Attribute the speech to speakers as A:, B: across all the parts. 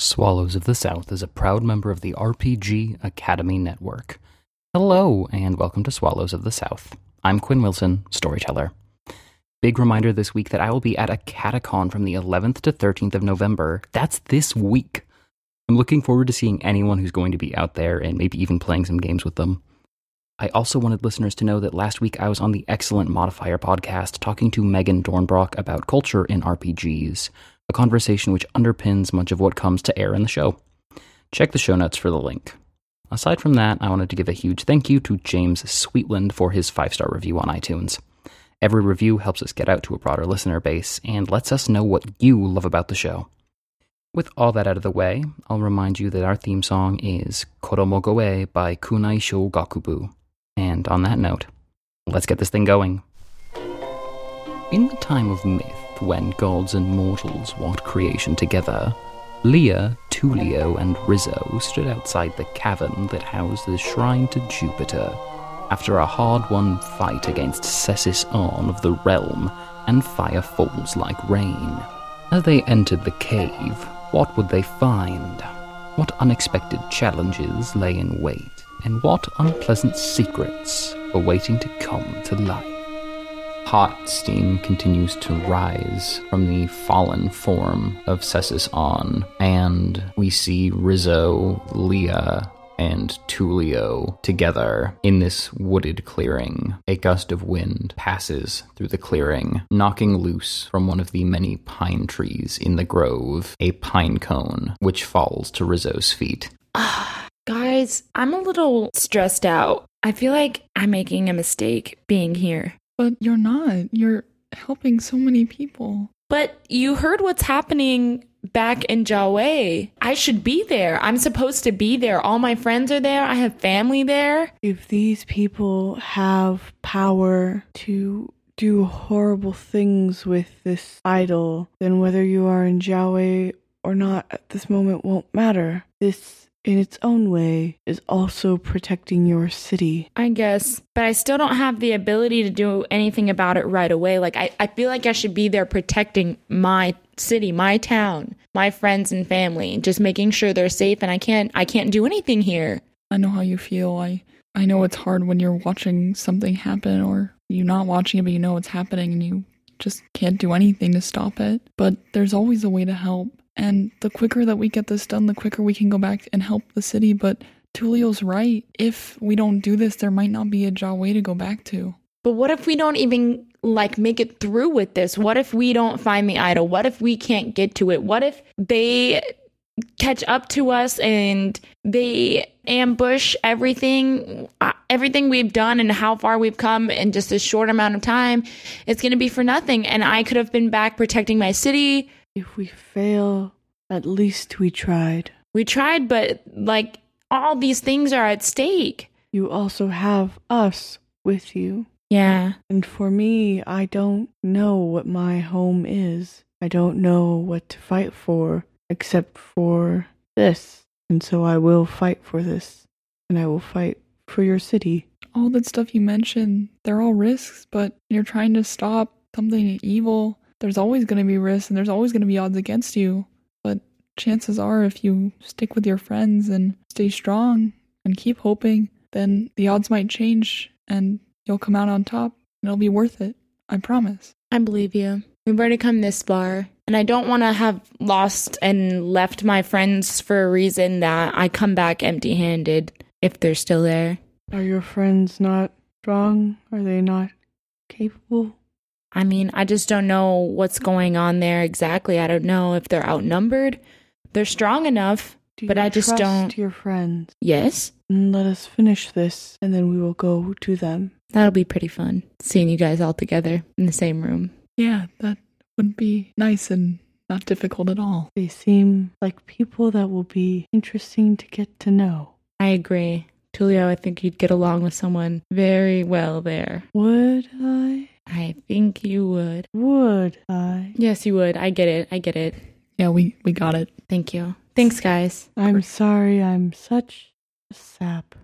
A: Swallows of the South is a proud member of the RPG Academy Network. Hello, and welcome to Swallows of the South. I'm Quinn Wilson, storyteller. Big reminder this week that I will be at a catacon from the 11th to 13th of November. That's this week. I'm looking forward to seeing anyone who's going to be out there and maybe even playing some games with them. I also wanted listeners to know that last week I was on the excellent Modifier podcast talking to Megan Dornbrock about culture in RPGs, a conversation which underpins much of what comes to air in the show. Check the show notes for the link. Aside from that, I wanted to give a huge thank you to James Sweetland for his five star review on iTunes. Every review helps us get out to a broader listener base and lets us know what you love about the show. With all that out of the way, I'll remind you that our theme song is Koromogoe by Kunai Shogakubu. And on that note, let's get this thing going. In the time of myth, when gods and mortals walked creation together, Lear, Tulio, and Rizzo stood outside the cavern that housed the shrine to Jupiter after a hard won fight against Cesis Arn of the realm, and fire falls like rain. As they entered the cave, what would they find? What unexpected challenges lay in wait, and what unpleasant secrets were waiting to come to light? Hot steam continues to rise from the fallen form of Cesis On, and we see Rizzo, Leah, and Tulio together in this wooded clearing. A gust of wind passes through the clearing, knocking loose from one of the many pine trees in the grove a pine cone, which falls to Rizzo's feet.
B: Ah, guys, I'm a little stressed out. I feel like I'm making a mistake being here.
C: But you're not. You're helping so many people.
B: But you heard what's happening back in Jawe. I should be there. I'm supposed to be there. All my friends are there. I have family there.
D: If these people have power to do horrible things with this idol, then whether you are in Jawe or not at this moment won't matter. This, in its own way, is also protecting your city.
B: I guess. But I still don't have the ability to do anything about it right away. Like, I, I feel like I should be there protecting my city, my town, my friends and family, just making sure they're safe and I can't I can't do anything here.
C: I know how you feel. I I know it's hard when you're watching something happen or you're not watching it but you know it's happening and you just can't do anything to stop it. But there's always a way to help. And the quicker that we get this done, the quicker we can go back and help the city. But Tulio's right. If we don't do this, there might not be a jaw way to go back to.
B: But what if we don't even like make it through with this? What if we don't find the idol? What if we can't get to it? What if they catch up to us and they ambush everything uh, everything we've done and how far we've come in just a short amount of time? It's going to be for nothing and I could have been back protecting my city.
D: If we fail, at least we tried.
B: We tried, but like all these things are at stake.
D: You also have us with you.
B: Yeah.
D: And for me, I don't know what my home is. I don't know what to fight for except for this. And so I will fight for this. And I will fight for your city.
C: All that stuff you mentioned, they're all risks, but you're trying to stop something evil. There's always going to be risks and there's always going to be odds against you. But chances are, if you stick with your friends and stay strong and keep hoping, then the odds might change and You'll come out on top, and it'll be worth it. I promise.
B: I believe you. We've already come this far, and I don't want to have lost and left my friends for a reason that I come back empty handed if they're still there.
D: Are your friends not strong? Are they not capable?
B: I mean, I just don't know what's going on there exactly. I don't know if they're outnumbered. They're strong enough,
D: Do
B: but
D: you
B: I just
D: trust
B: don't.
D: Your friends.
B: Yes,
D: And let us finish this, and then we will go to them.
B: that'll be pretty fun seeing you guys all together in the same room.
C: Yeah, that would be nice and not difficult at all.
D: They seem like people that will be interesting to get to know.
B: I agree. Tulio, I think you'd get along with someone very well there.
D: Would I?
B: I think you would.
D: Would I?
B: Yes, you would. I get it. I get it.
C: Yeah, we, we got it.
B: Thank you. Thanks, guys.
D: I'm sorry, I'm such a sap.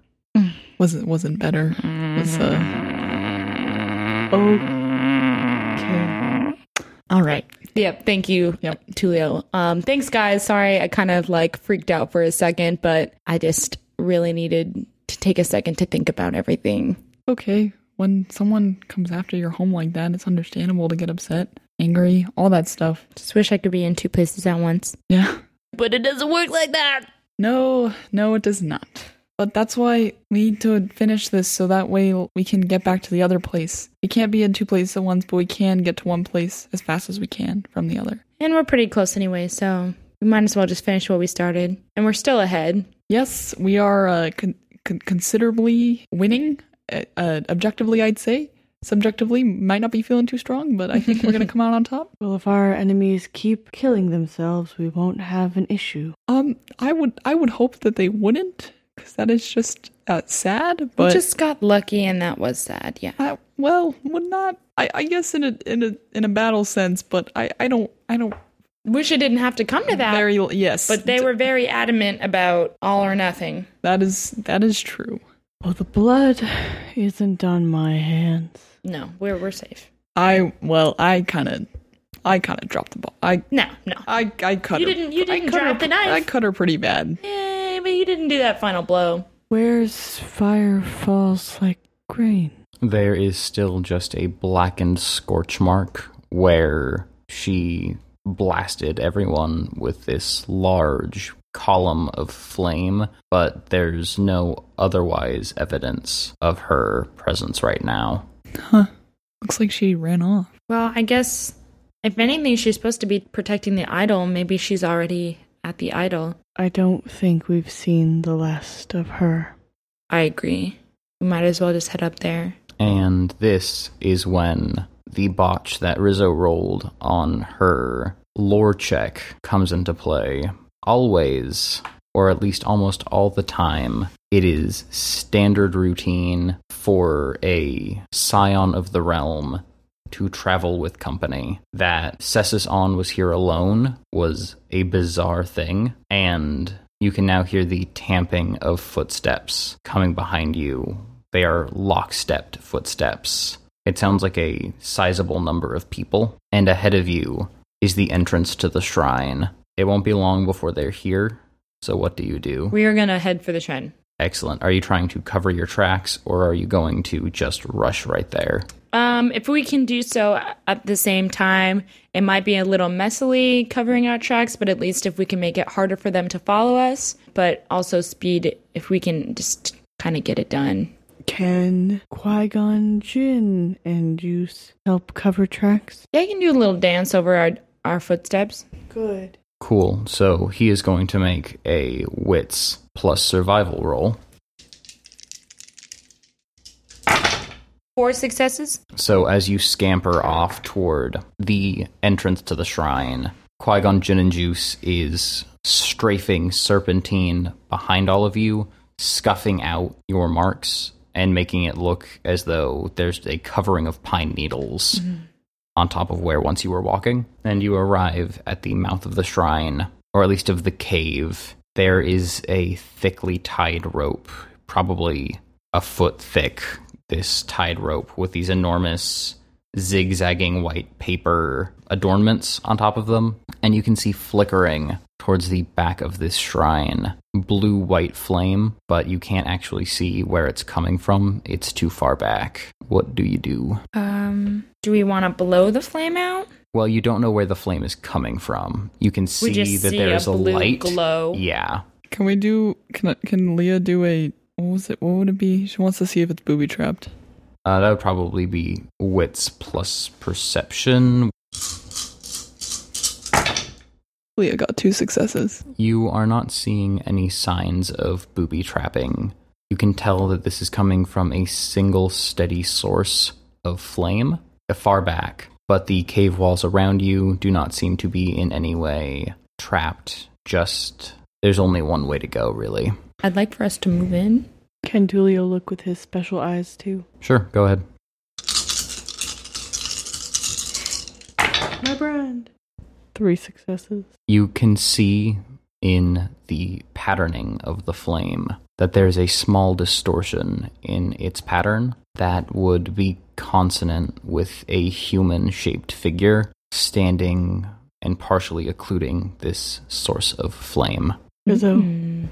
C: Wasn't wasn't better. Was, uh,
D: Okay.
C: all right.
B: Yep. Thank you,
C: Yep.
B: Tulio. Um, thanks, guys. Sorry, I kind of like freaked out for a second, but I just really needed to take a second to think about everything.
C: Okay, when someone comes after your home like that, it's understandable to get upset, angry, all that stuff.
B: Just wish I could be in two places at once.
C: Yeah.
B: But it doesn't work like that.
C: No, no, it does not. But that's why we need to finish this so that way we can get back to the other place. We can't be in two places at once, but we can get to one place as fast as we can from the other.
B: And we're pretty close anyway, so we might as well just finish what we started. And we're still ahead.
C: Yes, we are uh, con- con- considerably winning. Uh, uh, objectively, I'd say. Subjectively, might not be feeling too strong, but I think we're going to come out on top.
D: Well, if our enemies keep killing themselves, we won't have an issue.
C: Um, I would, I would hope that they wouldn't, because that is just uh, sad. But
B: we just got lucky, and that was sad. Yeah.
C: I, well, would not. I, I guess in a in a in a battle sense, but I I don't I don't
B: Wish it didn't have to come to that.
C: very yes.
B: but they were very adamant about all or nothing.
C: that is that is true.
D: Oh, the blood isn't on my hands.
B: No, we're we're safe.
C: I well I kind of I kind of dropped the ball. I
B: No, no.
C: I I cut
B: You
C: her.
B: didn't- you
C: I
B: didn't
C: cut her-
B: drop the knife.
C: I cut her pretty bad.
B: Eh, but you didn't do that final blow.
D: Where's fire falls like grain?
A: There is still just a blackened scorch mark where she blasted everyone with this large column of flame, but there's no otherwise evidence of her presence right now.
C: Huh? Looks like she ran off.
B: Well, I guess if anything, she's supposed to be protecting the idol. Maybe she's already at the idol.
D: I don't think we've seen the last of her.
B: I agree. We might as well just head up there.
A: And this is when the botch that Rizzo rolled on her lore check comes into play. Always, or at least almost all the time, it is standard routine for a scion of the realm to travel with company. That Cessus On was here alone was a bizarre thing, and you can now hear the tamping of footsteps coming behind you. They are lockstepped footsteps. It sounds like a sizable number of people, and ahead of you is the entrance to the shrine. It won't be long before they're here, so what do you do?
B: We are gonna head for the trend.
A: Excellent. Are you trying to cover your tracks, or are you going to just rush right there?
B: Um, if we can do so at the same time, it might be a little messily covering our tracks, but at least if we can make it harder for them to follow us, but also speed if we can just kind of get it done.
D: Can Qui Gon Jinn and Juice help cover tracks?
B: Yeah, you can do a little dance over our our footsteps.
D: Good.
A: Cool. So he is going to make a wits plus survival roll.
B: Four successes.
A: So as you scamper off toward the entrance to the shrine, Qui Gon Jinn and Juice is strafing serpentine behind all of you, scuffing out your marks and making it look as though there's a covering of pine needles on top of where once you were walking. And you arrive at the mouth of the shrine, or at least of the cave. There is a thickly tied rope, probably a foot thick, this tied rope with these enormous zigzagging white paper adornments on top of them. And you can see flickering towards the back of this shrine blue white flame, but you can't actually see where it's coming from. It's too far back. What do you do?
B: Um, do we want to blow the flame out?
A: Well, you don't know where the flame is coming from. You can see
B: just
A: that
B: see
A: there
B: a
A: is a,
B: blue
A: light
B: glow.
A: Yeah.
C: Can we do? Can I- can Leah do a? What was it? What would it be? She wants to see if it's booby trapped.
A: Uh, that would probably be wits plus perception.
C: Leah got two successes.
A: You are not seeing any signs of booby trapping. You can tell that this is coming from a single steady source of flame uh, far back, but the cave walls around you do not seem to be in any way trapped. Just there's only one way to go, really.
B: I'd like for us to move in.
D: Can Tulio look with his special eyes too?
A: Sure, go ahead.
D: My brand. Three successes.
A: you can see in the patterning of the flame that there's a small distortion in its pattern that would be consonant with a human shaped figure standing and partially occluding this source of flame.
D: Rizzo,
B: Hmm.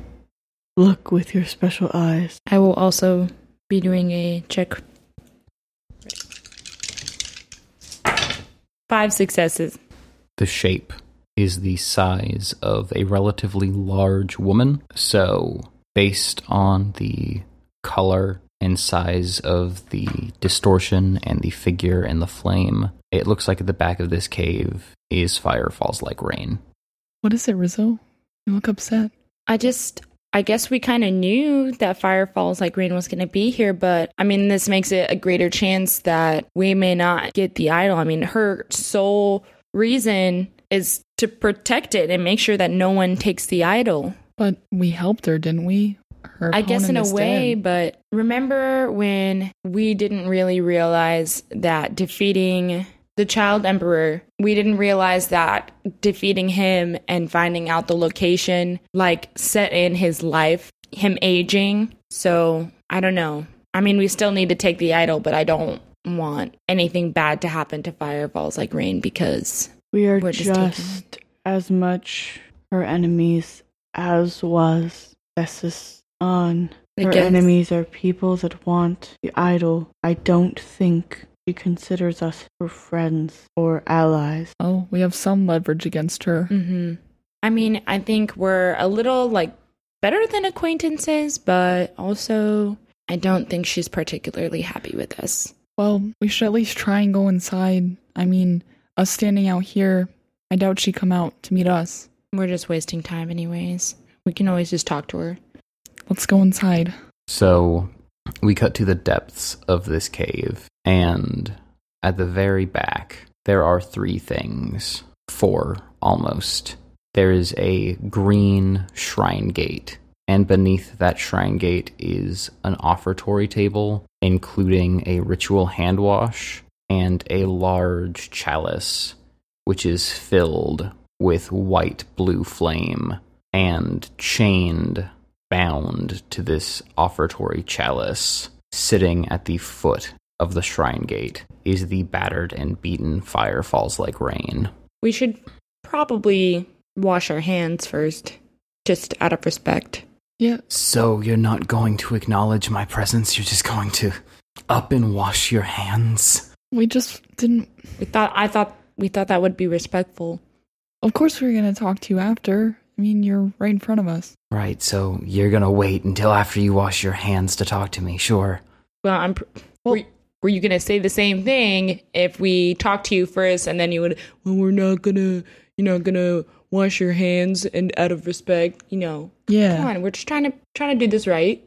D: look with your special eyes.
B: I will also be doing a check. Five successes.
A: The shape is the size of a relatively large woman. So, based on the color and size of the distortion and the figure and the flame, it looks like at the back of this cave is fire falls like rain.
C: What is it, Rizzo? You look upset.
B: I just, I guess we kind of knew that Fire Falls like Rain was going to be here, but I mean, this makes it a greater chance that we may not get the idol. I mean, her sole reason is to protect it and make sure that no one takes the idol.
C: But we helped her, didn't we? Her
B: I guess in
C: opponent
B: a
C: is
B: way,
C: dead.
B: but remember when we didn't really realize that defeating the child emperor, we didn't realize that defeating him and finding out the location like set in his life, him aging. So I don't know. I mean, we still need to take the idol, but I don't want anything bad to happen to fireballs like rain because
D: We are
B: We're just
D: just,
B: taking
D: as much her enemies as was Bessus on. Her
B: Against-
D: enemies are people that want the idol. I don't think she considers us her friends or allies.
C: Oh, we have some leverage against her.
B: hmm I mean, I think we're a little like better than acquaintances, but also I don't think she's particularly happy with us.
C: Well, we should at least try and go inside. I mean, us standing out here, I doubt she'd come out to meet us.
B: We're just wasting time, anyways. We can always just talk to her.
C: Let's go inside.
A: So we cut to the depths of this cave, and at the very back, there are three things. Four, almost. There is a green shrine gate, and beneath that shrine gate is an offertory table, including a ritual hand wash and a large chalice, which is filled with white blue flame and chained bound to this offertory chalice, sitting at the foot of the shrine gate, is the battered and beaten fire falls like rain.
B: We should probably wash our hands first, just out of respect.
C: Yeah,
A: So you're not going to acknowledge my presence, you're just going to up and wash your hands.
C: we just didn't.
B: We thought I thought we thought that would be respectful.
C: Of course, we were going to talk to you after. I mean, you're right in front of us.
A: Right, so you're gonna wait until after you wash your hands to talk to me, sure.
B: Well, I'm. Pr- were, were you gonna say the same thing if we talked to you first, and then you would? Well, we're not gonna. You're not gonna wash your hands, and out of respect, you know. Come
C: Yeah.
B: on, we're just trying to trying to do this right.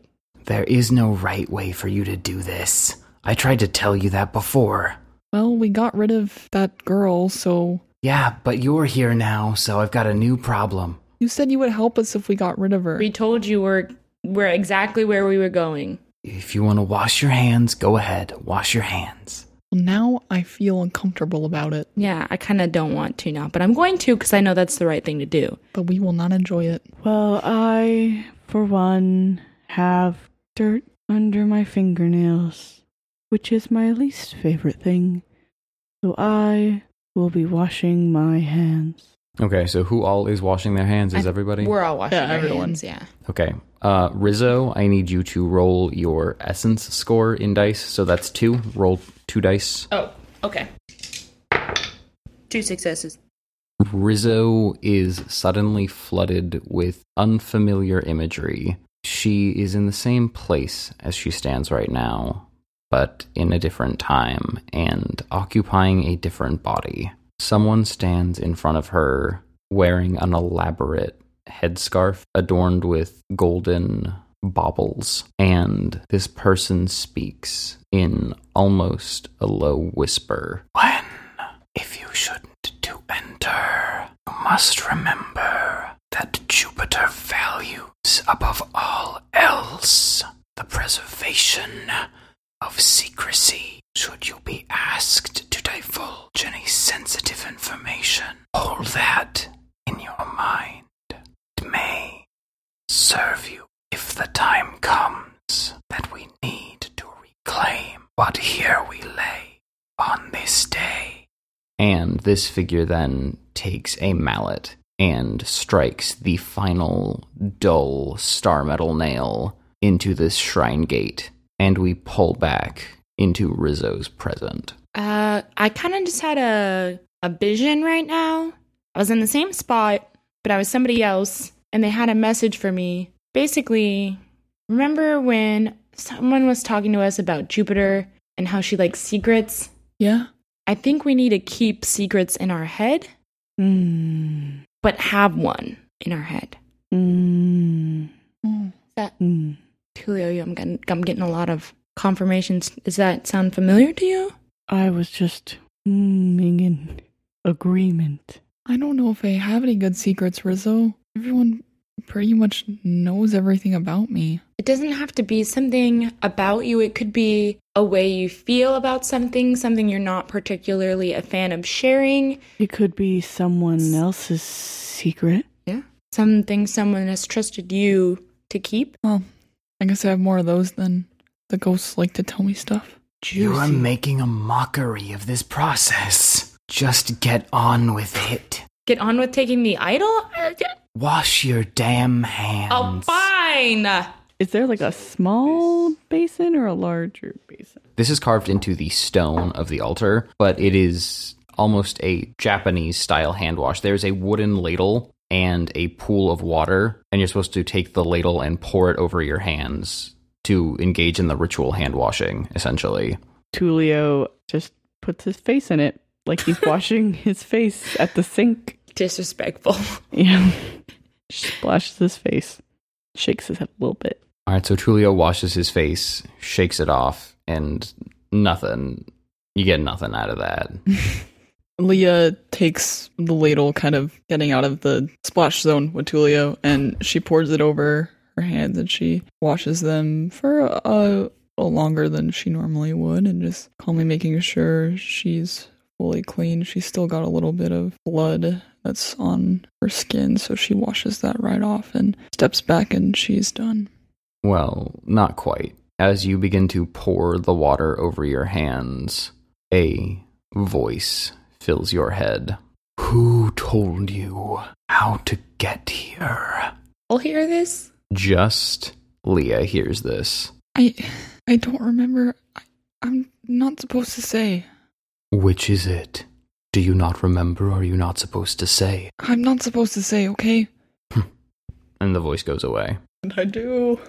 A: There is no right way for you to do this. I tried to tell you that before.
C: Well, we got rid of that girl, so
A: Yeah, but you're here now, so I've got a new problem.
C: you said you would help us if we got rid of her.
B: We told you we're we're exactly where we were going.
A: If you want to wash your hands, go ahead. Wash your hands.
C: Well, now I feel uncomfortable about it,
B: Yeah, I kind of don't want to now, but I'm going to because I know that's the right thing to do.
C: but we will not enjoy it.
D: Well, I, for one, have dirt under my fingernails, which is my least favorite thing. So I will be washing my hands.
A: Okay, so who all is washing their hands? Is
B: I-
A: everybody?
B: We're all washing
C: Yeah,
B: our
C: everyone.
B: hands. Yeah.
A: okay. Uh, Rizzo, I need you to roll your essence score in dice. So that's two. Roll two dice.
B: Oh, okay. Two successes.
A: Rizzo is suddenly flooded with unfamiliar imagery. She is in the same place as she stands right now, but in a different time and occupying a different body. Someone stands in front of her wearing an elaborate headscarf adorned with golden baubles, and this person speaks in almost a low whisper. When if you shouldn't to enter, you must remember that Jupiter values above all else the preservation of secrecy. Should you be asked to divulge any sensitive information, hold that in your mind. It may serve you if the time comes that we need to reclaim what here we lay on this day And this figure then takes a mallet and strikes the final dull star metal nail into this shrine gate. And we pull back into Rizzo's present.
B: Uh, I kind of just had a a vision right now. I was in the same spot, but I was somebody else, and they had a message for me. Basically, remember when someone was talking to us about Jupiter and how she likes secrets?
C: Yeah.
B: I think we need to keep secrets in our head,
D: Mm.
B: but have one in our head.
D: Mm.
C: Mm.
B: That
D: Mm.
B: Tulio, I'm getting, I'm getting a lot of confirmations. Does that sound familiar to you?
D: I was just mm in agreement.
C: I don't know if I have any good secrets, Rizzo. Everyone pretty much knows everything about me.
B: It doesn't have to be something about you. It could be a way you feel about something, something you're not particularly a fan of sharing,
D: It could be someone else's secret.
B: something someone has trusted you to keep.
C: Well, I guess I have more of those than the ghosts like to tell me stuff.
A: You are
D: Juicy.
A: making a mockery of this process. Just get on with it.
B: Get on with taking the idol? Uh,
A: Wash your damn
B: Oh,
A: hands.
B: fine.
D: Is there like a small basin or a larger basin?
A: This is carved into the stone of the altar, but it is almost a Japanese style hand wash. There's a wooden ladle and a pool of water, and you're supposed to take the ladle and pour it over your hands to engage in the ritual hand washing, essentially.
D: Tulio just puts his face in it, like he's washing his face at the sink.
B: Disrespectful.
D: Yeah. Splashes his face, shakes his head a little bit.
A: All right, so Tulio washes his face, shakes it off, and nothing. You get nothing out of that.
C: Leah takes the ladle, kind of getting out of the splash zone with Tulio, and she pours it over her hands and she washes them for a, a longer than she normally would, and just calmly making sure she's fully clean. She's still got a little bit of blood that's on her skin, so she washes that right off and steps back, and she's done.
A: Well, not quite. As you begin to pour the water over your hands, a voice fills your head. Who told you how to get here?
B: I'll hear this.
A: Just Leah hears this.
C: I I don't remember. I, I'm not supposed to say.
A: Which is it? Do you not remember? Are you not supposed to say?
C: I'm not supposed to say. Okay.
A: And the voice goes away.
C: I do.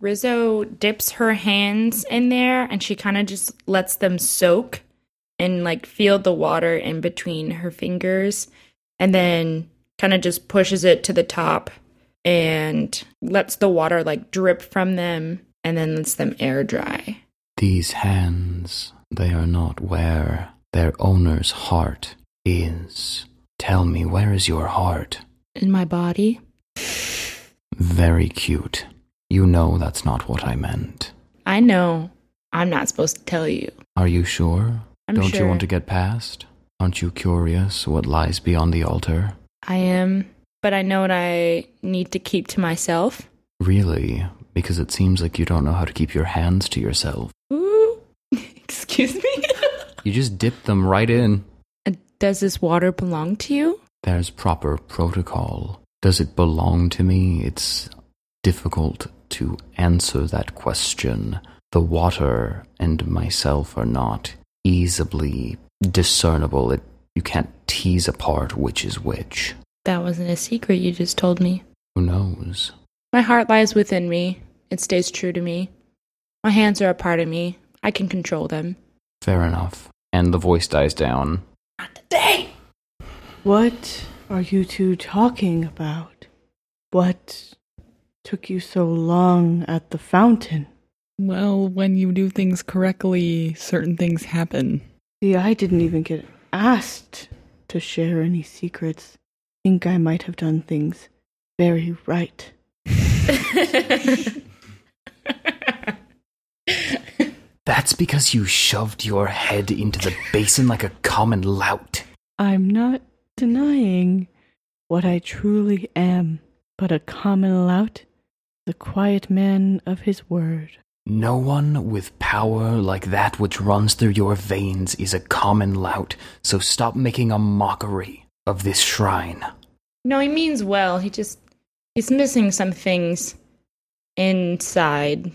B: Rizzo dips her hands in there and she kind of just lets them soak and like feel the water in between her fingers and then kind of just pushes it to the top and lets the water like drip from them and then lets them air dry.
A: These hands, they are not where their owner's heart is. Tell me, where is your heart?
B: In my body?
A: Very cute. You know that's not what I meant.
B: I know I'm not supposed to tell you.
A: Are you sure?
B: I'm
A: Don't
B: sure
A: you want to get past? Aren't you curious what lies beyond the altar?
B: I am, but I know what I need to keep to myself.
A: Really? Because it seems like you don't know how to keep your hands to yourself.
B: Ooh. Excuse me.
A: You just dip them right in.
B: Does this water belong to you?
A: There's proper protocol. Does it belong to me? It's difficult to answer that question. The water and myself are not easily discernible. It, you can't tease apart which is which.
B: That wasn't a secret you just told me.
A: Who knows?
B: My heart lies within me. It stays true to me. My hands are a part of me. I can control them.
A: Fair enough. And the voice dies down.
B: Not today.
D: What are you two talking about? What took you so long at the fountain?
C: Well, when you do things correctly, certain things happen.
D: See, I didn't even get asked to share any secrets. Think I might have done things very right.
A: That's because you shoved your head into the basin like a common lout.
D: I'm not denying what I truly am, but a common lout, the quiet man of his word.
A: No one with power like that which runs through your veins is a common lout, so stop making a mockery of this shrine.
B: No, he means well. He just he's missing some things inside.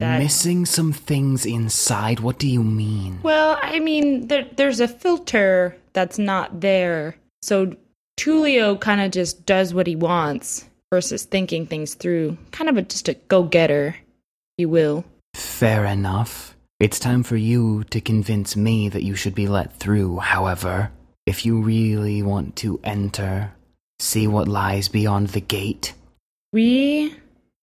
B: that-
A: Missing some things inside, what do you mean?
B: Well, I mean, there, there's a filter that's not there. So Tulio kind of just does what he wants versus thinking things through. Kind of a, just a go getter, you will.
A: Fair enough. It's time for you to convince me that you should be let through, however. If you really want to enter, see what lies beyond the gate.
B: We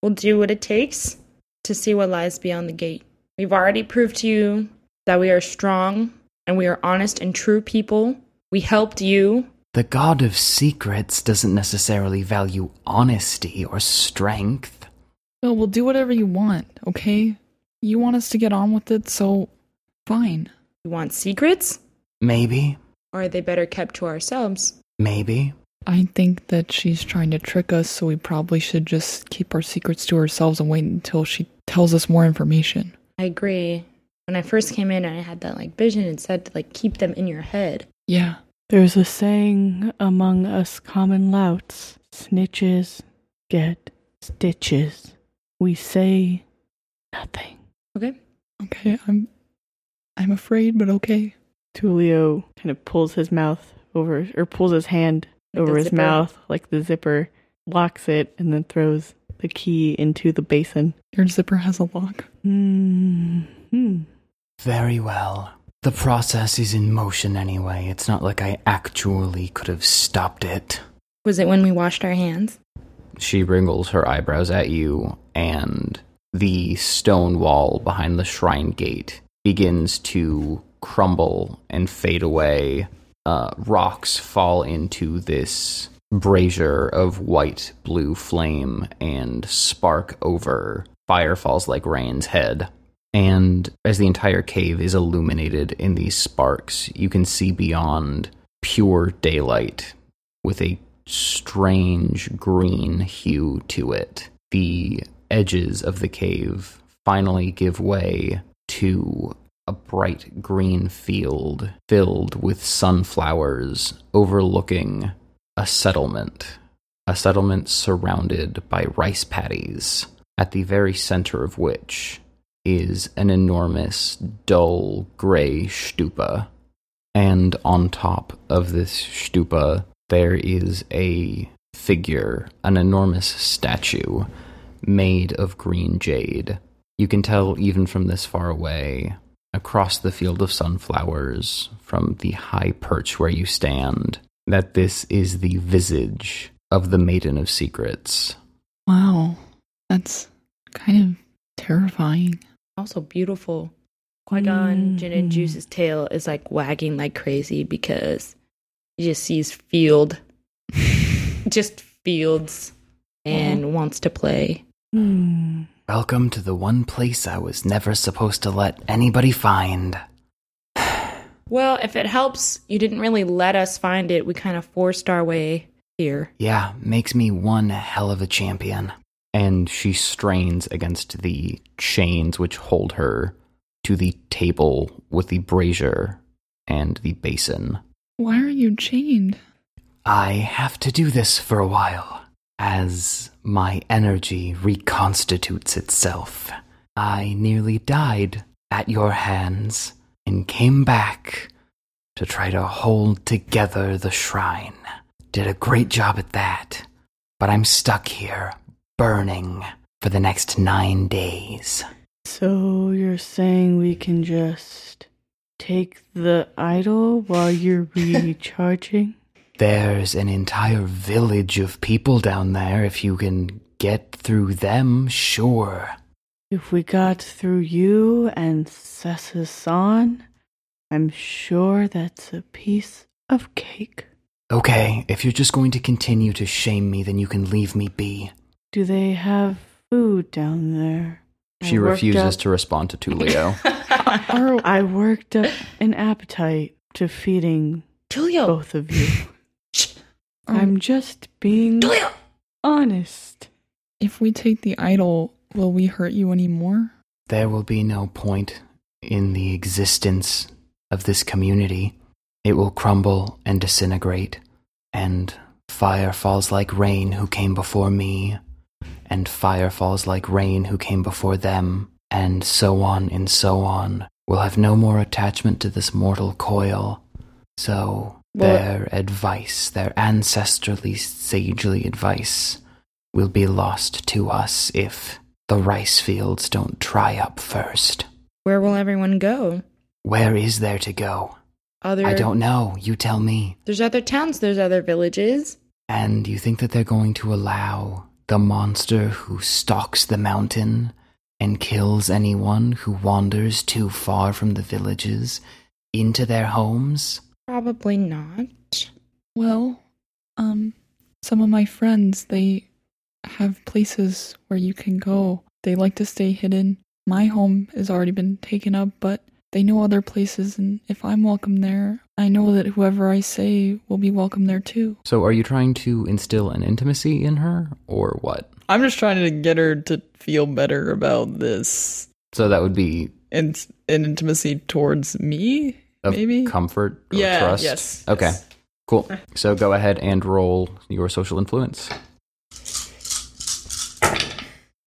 B: will do what it takes to see what lies beyond the gate. We've already proved to you that we are strong and we are honest and true people. We helped you.
A: The god of secrets doesn't necessarily value honesty or strength.
C: No, we'll do whatever you want, okay? You want us to get on with it, so fine.
B: You want secrets?
A: Maybe,
B: Or are they better kept to ourselves?
A: maybe.
C: I think that she's trying to trick us, so we probably should just keep our secrets to ourselves and wait until she tells us more information.
B: I agree. When I first came in, I had that like vision and said to like keep them in your head.
C: Yeah.
D: There's a saying among us common louts snitches get stitches. We say nothing.
B: Okay.
C: Okay, I'm I'm afraid, but okay.
D: Tulio kind of pulls his mouth over, or pulls his hand
B: Like
D: over
B: the
D: his
B: zipper.
D: mouth like the zipper, locks it, and then throws the key into the basin.
C: Your zipper has a lock.
B: Mm-hmm.
D: hmm
A: Very well. The process is in motion anyway. It's not like I actually could have stopped it.
B: Was it when we washed our hands?
A: She wrinkles her eyebrows at you, and the stone wall behind the shrine gate begins to crumble and fade away. Uh, rocks fall into this brazier of white blue flame and spark over. Fire falls like rain's head. And as the entire cave is illuminated in these sparks, you can see beyond pure daylight with a strange green hue to it. The edges of the cave finally give way to a bright green field filled with sunflowers overlooking a settlement. A settlement surrounded by rice paddies, at the very center of which is an enormous, dull gray stupa and on top of this stupa there is a figure, an enormous statue made of green jade. You can tell even from this far away, across the field of sunflowers, from the high perch where you stand, that this is the visage of the Maiden of Secrets.
C: Wow. That's kind of terrifying.
B: Also beautiful. Qui Gon
D: Mm.
B: Jin and Juice's tail is like wagging like crazy because he just sees field, just fields, and wants to play.
D: Hmm.
A: Welcome to the one place I was never supposed to let anybody find.
B: Well, if it helps, you didn't really let us find it. We kind of forced our way here.
A: Yeah, makes me one hell of a champion. And she strains against the chains which hold her to the table with the brazier and the basin.
C: Why are you chained?
A: I have to do this for a while, as my energy reconstitutes itself. I nearly died at your hands and came back to try to hold together the shrine. Did a great job at that, but I'm stuck here, burning, for the next nine days.
D: So you're saying we can just take the idol while you're recharging?
A: There's an entire village of people down there. If you can get through them, sure.
D: If we got through you and Sessasan, I'm sure that's a piece of cake.
A: Okay, if you're just going to continue to shame me, then you can leave me be.
D: Do they have food down there? I
A: She
D: worked
A: refuses
D: up-
A: to respond to Tulio.
C: Are
D: I worked up an appetite to feeding
B: Julio,
D: both of you.
C: are-
D: I'm just being
B: Julio.
D: honest.
C: if we take the idol, will we hurt you anymore?
A: There will be no point in the existence of this community. It will crumble and disintegrate, and fire falls like rain who came before me, and fire falls like rain who came before them, and so on and so on. We'll have no more attachment to this mortal coil. So,
B: Well-
A: their advice, their ancestrally sagely advice, will be lost to us if the rice fields don't dry up first.
B: Where will everyone go?
A: Where is there to go?
B: Other
A: I don't know. You tell me.
B: There's other towns, there's other villages.
A: And you think that they're going to allow the monster who stalks the mountain and kills anyone who wanders too far from the villages into their homes?
B: Probably not.
C: Well, um, some of my friends, they have places where you can go. They like to stay hidden. My home has already been taken up, but they know other places, and if I'm welcome there, I know that whoever I say will be welcome there too.
A: So, are you trying to instill an intimacy in her, or what?
E: I'm just trying to get her to feel better about this
A: So, that would be
E: and an intimacy towards me,
A: of
E: maybe.
A: comfort or
E: yeah.
A: trust?
E: Yes.
A: Okay.
E: yes.
A: Cool. So, go ahead and roll your social influence.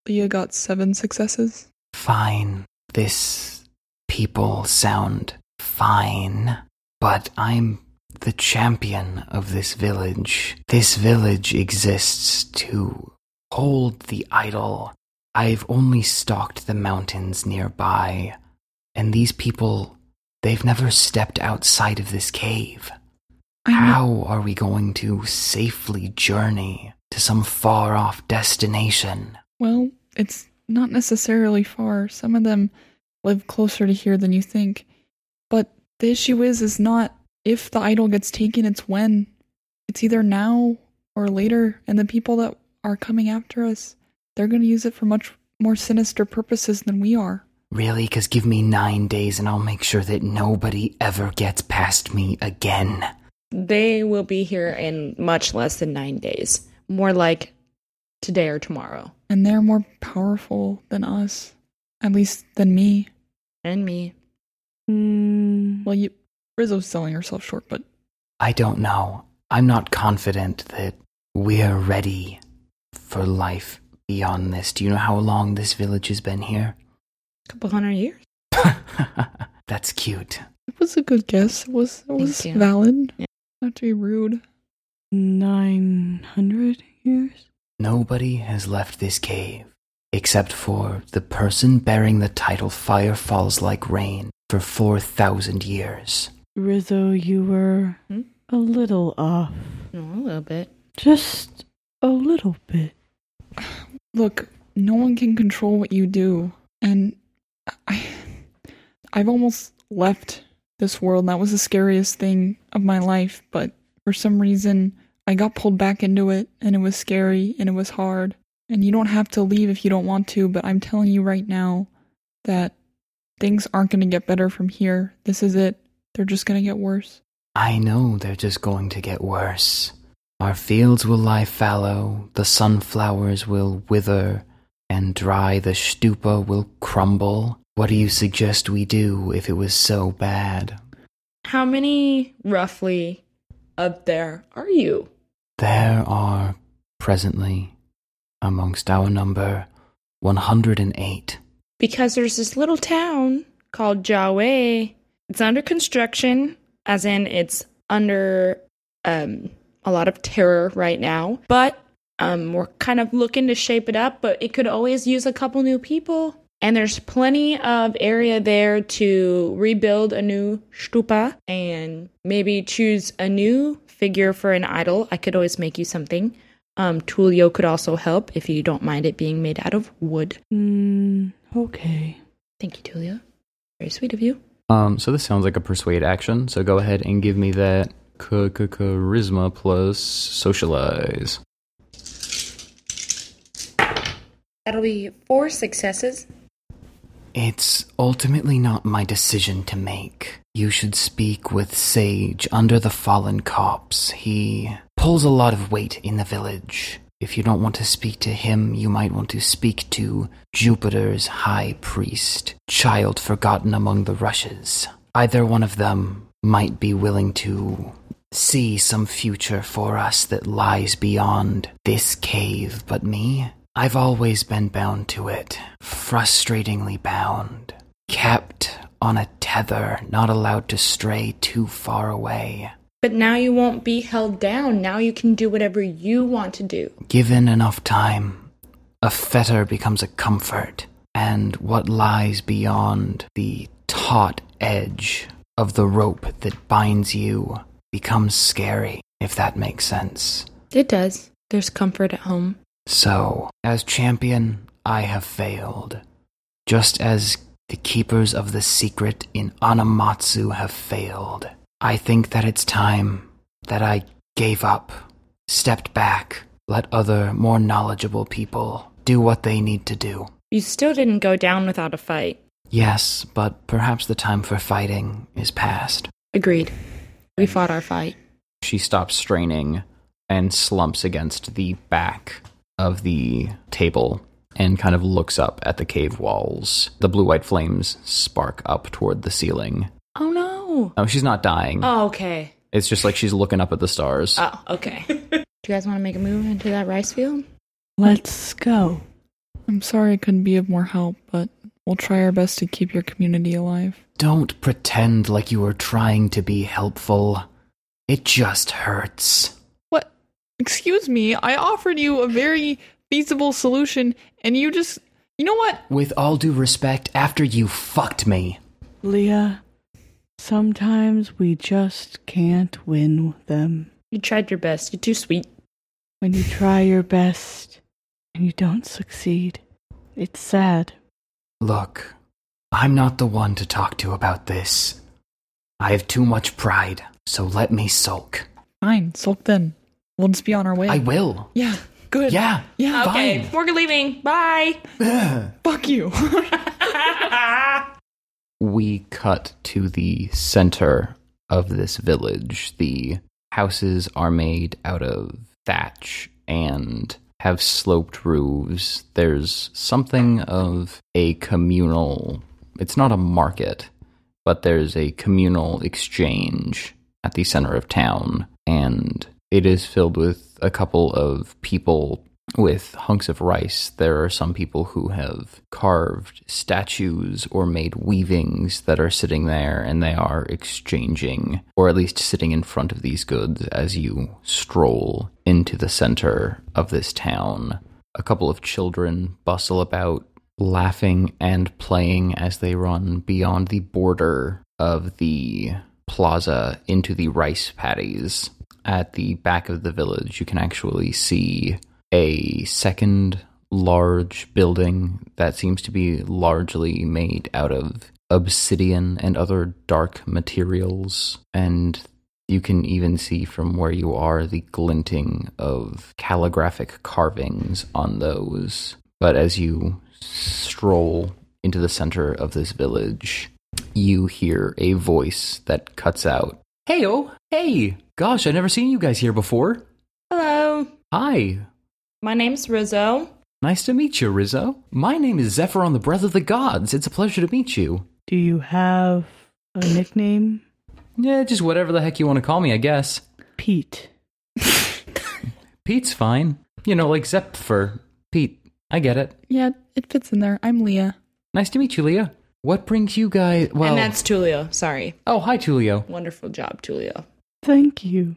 C: Leah got seven successes.
A: Fine. This people sound fine, but I'm the champion of this village. This village exists to hold the idol. I've only stalked the mountains nearby, and these people, they've never stepped outside of this cave.
C: I know-
A: How are we going to safely journey to some far off destination?
C: Well, it's not necessarily far. Some of them live closer to here than you think. But the issue is is not if the idol gets taken, it's when. It's either now or later, and the people that are coming after us, they're going to use it for much more sinister purposes than we are.
A: Really? Because give me nine days and I'll make sure that nobody ever gets past me again.
B: They will be here in much less than nine days. More like today or tomorrow.
C: And they're more powerful than us, at least than me.
B: And me.
D: Hmm.
C: Well, you, Rizzo's selling herself short, but
A: I don't know. I'm not confident that we're ready for life beyond this. Do you know how long this village has been here?
B: A couple hundred years.
A: That's cute.
C: it was a good guess. It was it was
B: you.
C: valid.
B: Yeah.
C: Not to be rude.
D: 900 years?
A: Nobody has left this cave except for the person bearing the title Fire Falls Like Rain for 4,000 years.
D: Rizzo, you were
B: Hmm?
D: a little off.
B: No, a little bit.
D: Just a little bit.
C: look, no one can control what you do, and I, I've almost left this world. and That was the scariest thing of my life, but for some reason, I got pulled back into it, and it was scary and it was hard. And you don't have to leave if you don't want to, but I'm telling you right now that things aren't going to get better from here. This is it. They're just going to get worse.
A: I know they're just going to get worse. Our fields will lie fallow, the sunflowers will wither and dry, the stupa will crumble. What do you suggest we do if it was so bad?
B: How many roughly up there are you?
A: There are presently, amongst our number, 108.
B: Because there's this little town called Jawe. It's under construction, as in it's under um, a lot of terror right now. But um, we're kind of looking to shape it up, but it could always use a couple new people. And there's plenty of area there to rebuild a new stupa and maybe choose a new figure for an idol. I could always make you something. Um, Tulio could also help if you don't mind it being made out of wood.
D: Hmm. Okay.
B: Thank you, Tulia. Very sweet of you.
A: Um, so this sounds like a persuade action, so go ahead and give me that cha- cha- charisma plus socialize.
B: That'll be four successes.
A: It's ultimately not my decision to make. You should speak with Sage under the fallen copse. He pulls a lot of weight in the village. If you don't want to speak to him, you might want to speak to Jupiter's high priest, child forgotten among the rushes. Either one of them might be willing to see some future for us that lies beyond this cave, but me? I've always been bound to it, frustratingly bound, kept on a tether, not allowed to stray too far away.
B: But now you won't be held down. Now you can do whatever you want to do.
A: Given enough time, a fetter becomes a comfort, and what lies beyond the taut edge of the rope that binds you becomes scary, if that makes sense.
B: It does. There's comfort at home.
A: So, as champion, I have failed. Just as the keepers of the secret in Anamatsu have failed. I think that it's time that I gave up, stepped back, let other, more knowledgeable people do what they need to do.
B: You still didn't go down without a fight.
A: Yes, but perhaps the time for fighting is past.
B: Agreed. We fought our fight.
A: She stops straining and slumps against the back of the table and kind of looks up at the cave walls. The blue white flames spark up toward the ceiling.
B: Oh no.
A: Oh, she's not dying.
B: Oh, okay.
A: It's just like she's looking up at the stars.
B: Oh, okay. do you guys want to make a move into that rice field?
D: Let's go.
C: I'm sorry I couldn't be of more help, but we'll try our best to keep your community alive.
A: Don't pretend like you were trying to be helpful. It just hurts.
C: What? Excuse me, I offered you a very feasible solution, and you just. You know what?
A: With all due respect, after you fucked me.
D: Leah, sometimes we just can't win them.
B: You tried your best. You're too sweet.
D: When you try your best and you don't succeed, it's sad.
A: Look, I'm not the one to talk to about this. I have too much pride, so let me sulk.
C: Fine, sulk then. We'll just be on our way.
A: I will.
C: yeah, good.
A: Yeah. Uh,
C: Yeah,
B: Okay,
A: Fine.
B: we're leaving. Bye.
A: Ugh.
C: fuck you.
A: we cut to the center of this village. The houses are made out of thatch and have sloped roofs. There's something of a communal, it's not a market, but there's a communal exchange at the center of town. And it is filled with a couple of people with hunks of rice. There are some people who have carved statues or made weavings that are sitting there and they are exchanging, or at least sitting in front of these goods as you stroll into the center of this town. A couple of children bustle about, laughing and playing as they run beyond the border of the plaza into the rice paddies. At the back of the village, you can actually see a second large building that seems to be largely made out of obsidian and other dark materials. And you can even see from where you are the glinting of calligraphic carvings on those. But as you stroll into the center of this village, you hear a voice that cuts out Hey, oh, hey, gosh, I've never seen you guys here before.
B: Hello.
A: Hi,
B: My name's Rizzo.
A: Nice to meet you, Rizzo. My name is Zephyr on the Breath of the Gods. It's a pleasure to meet you.
D: Do you have a nickname?
A: Yeah, just whatever the heck you want to call me, I guess.
D: Pete.
A: Pete's fine. You know, like Zephyr. Pete, I get it.
C: yeah, it fits in there. I'm Leah.
A: Nice to meet you, Leah. What brings you guys? Well,
B: and that's Tulio. Sorry.
A: oh, hi, Tulio.
B: Wonderful job, Tulio.
D: Thank you.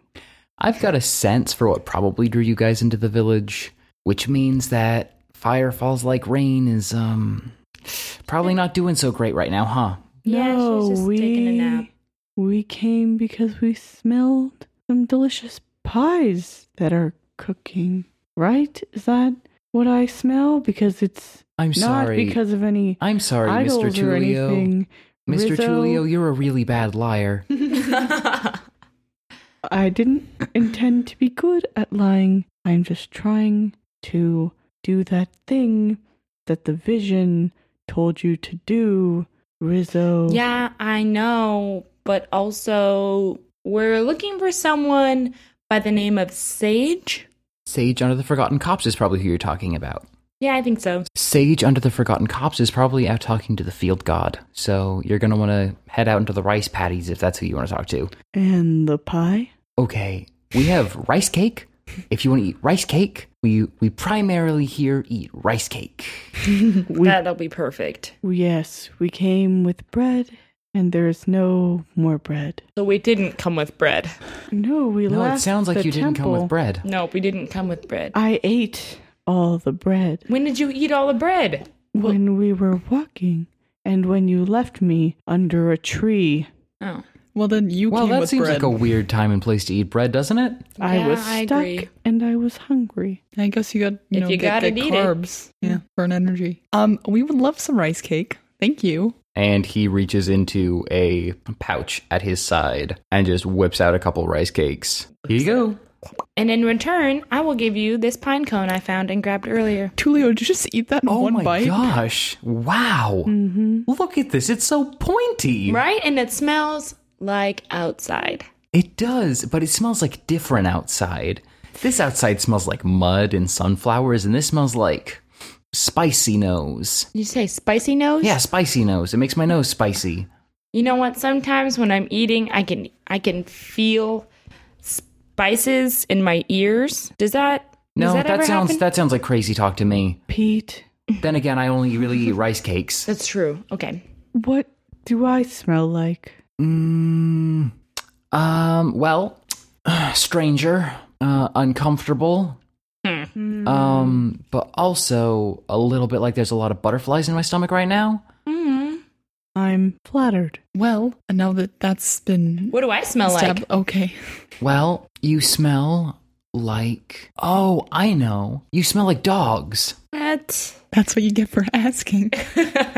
A: I've got a sense for what probably drew you guys into the village, which means that fire falls like rain is um probably not doing so great right now, huh?
D: no, we, We came because we smelled some delicious pies that are cooking. Right? Is that what I smell? Because it's
A: I'm
D: not
A: sorry.
D: because of any
A: I'm sorry, Mr.
D: idols or
A: Tulio.
D: anything.
A: Mr.
D: Rizzo,
A: Tulio, you're a really bad liar.
D: I didn't intend to be good at lying. I'm just trying to do that thing that the vision told you to do, Rizzo.
B: Yeah, I know. But also, we're looking for someone by the name of Sage.
A: Sage Under the Forgotten Cops is probably who you're talking about.
B: Yeah, I think so.
A: Sage Under the Forgotten Cops is probably out talking to the field god. So you're going to want to head out into the rice paddies if that's who you want to talk to.
D: And the pie?
A: Okay, we have rice cake. If you want to eat rice cake, we we primarily here eat rice cake.
D: We,
B: That'll be perfect.
D: yes, we came with bread, and there is no more bread.
B: So we didn't come with bread.
D: No, we
A: no,
D: left.
A: it sounds like
D: the
A: you didn't come
D: temple.
A: with bread.
B: Nope, we didn't come with bread.
D: I ate all the bread
B: when did you eat all the bread?
D: when we were walking, and when you left me under a tree,
B: Oh.
E: Well, then you
A: Well,
E: came
A: that
E: with
A: seems
E: bread.
A: like a weird time and place to eat bread, doesn't it?
D: I
B: Yeah,
D: was
B: I
D: stuck
B: agree.
D: and I was hungry.
E: I guess you got you
B: If
E: know
B: you
E: get
B: gotta
E: good
B: eat it. Mm.
E: carbs. Yeah, burn energy. Um, we would love some rice cake. Thank you.
A: And he reaches into a pouch at his side and just whips out a couple rice cakes. Here you go.
B: And in return, I will give you this pine cone I found and grabbed earlier.
E: Tulio, did you just eat that in
A: Oh
E: one
A: my
E: bite?
A: gosh. Wow.
D: Mm-hmm.
A: Look at this. It's so pointy.
B: Right? And it smells like outside.
A: It does, but it smells like different outside. This outside smells like mud and sunflowers, and this smells like spicy nose.
B: Did you say spicy nose?
A: Yeah, spicy nose. It makes my nose spicy.
B: You know what? Sometimes when I'm eating, I can I can feel spices in my ears. Does that
A: No,
B: does that,
A: that,
B: ever
A: sounds
B: happen?
A: that sounds like crazy talk to me.
D: Pete,
A: Then again, I only really eat rice cakes.
B: That's true. Okay.
D: what do I smell like?
A: Mm, um. Well, stranger, uh, uncomfortable.
B: Hmm.
A: Um, but also a little bit like there's a lot of butterflies in my stomach right now.
B: Mm.
D: I'm flattered.
E: Well, and now that that's been
B: What do I smell
E: stab-
B: like?
E: okay.
A: Well, you smell like oh, I know. You smell like dogs.
B: What?
E: That's what you get for asking.
B: All
D: it's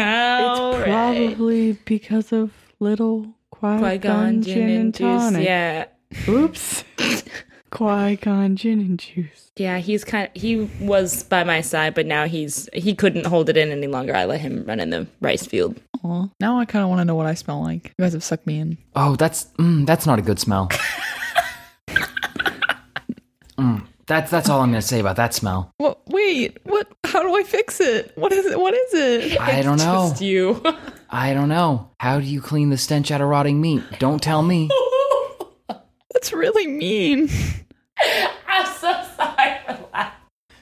B: right.
D: probably because of little Qui
B: Qui-Gon
D: Gon gin and
B: juice.
D: tonic.
B: Yeah.
D: Oops. Qui Gon gin and juice.
B: Yeah, he's kind he was by my side, but now he's he couldn't hold it in any longer. I let him run in the rice field.
E: Aw, now I kind of want to know what I smell like. You guys have sucked me in.
A: Oh, that's mm, that's not a good smell. mm, that's that's all I'm gonna say about that smell.
E: What? Wait. What? How do I fix it? What is it? What is it?
A: I don't know.
B: Just you.
A: I don't know. How do you clean the stench out of rotting meat? Don't tell me.
E: That's really mean.
B: I'm so sorry.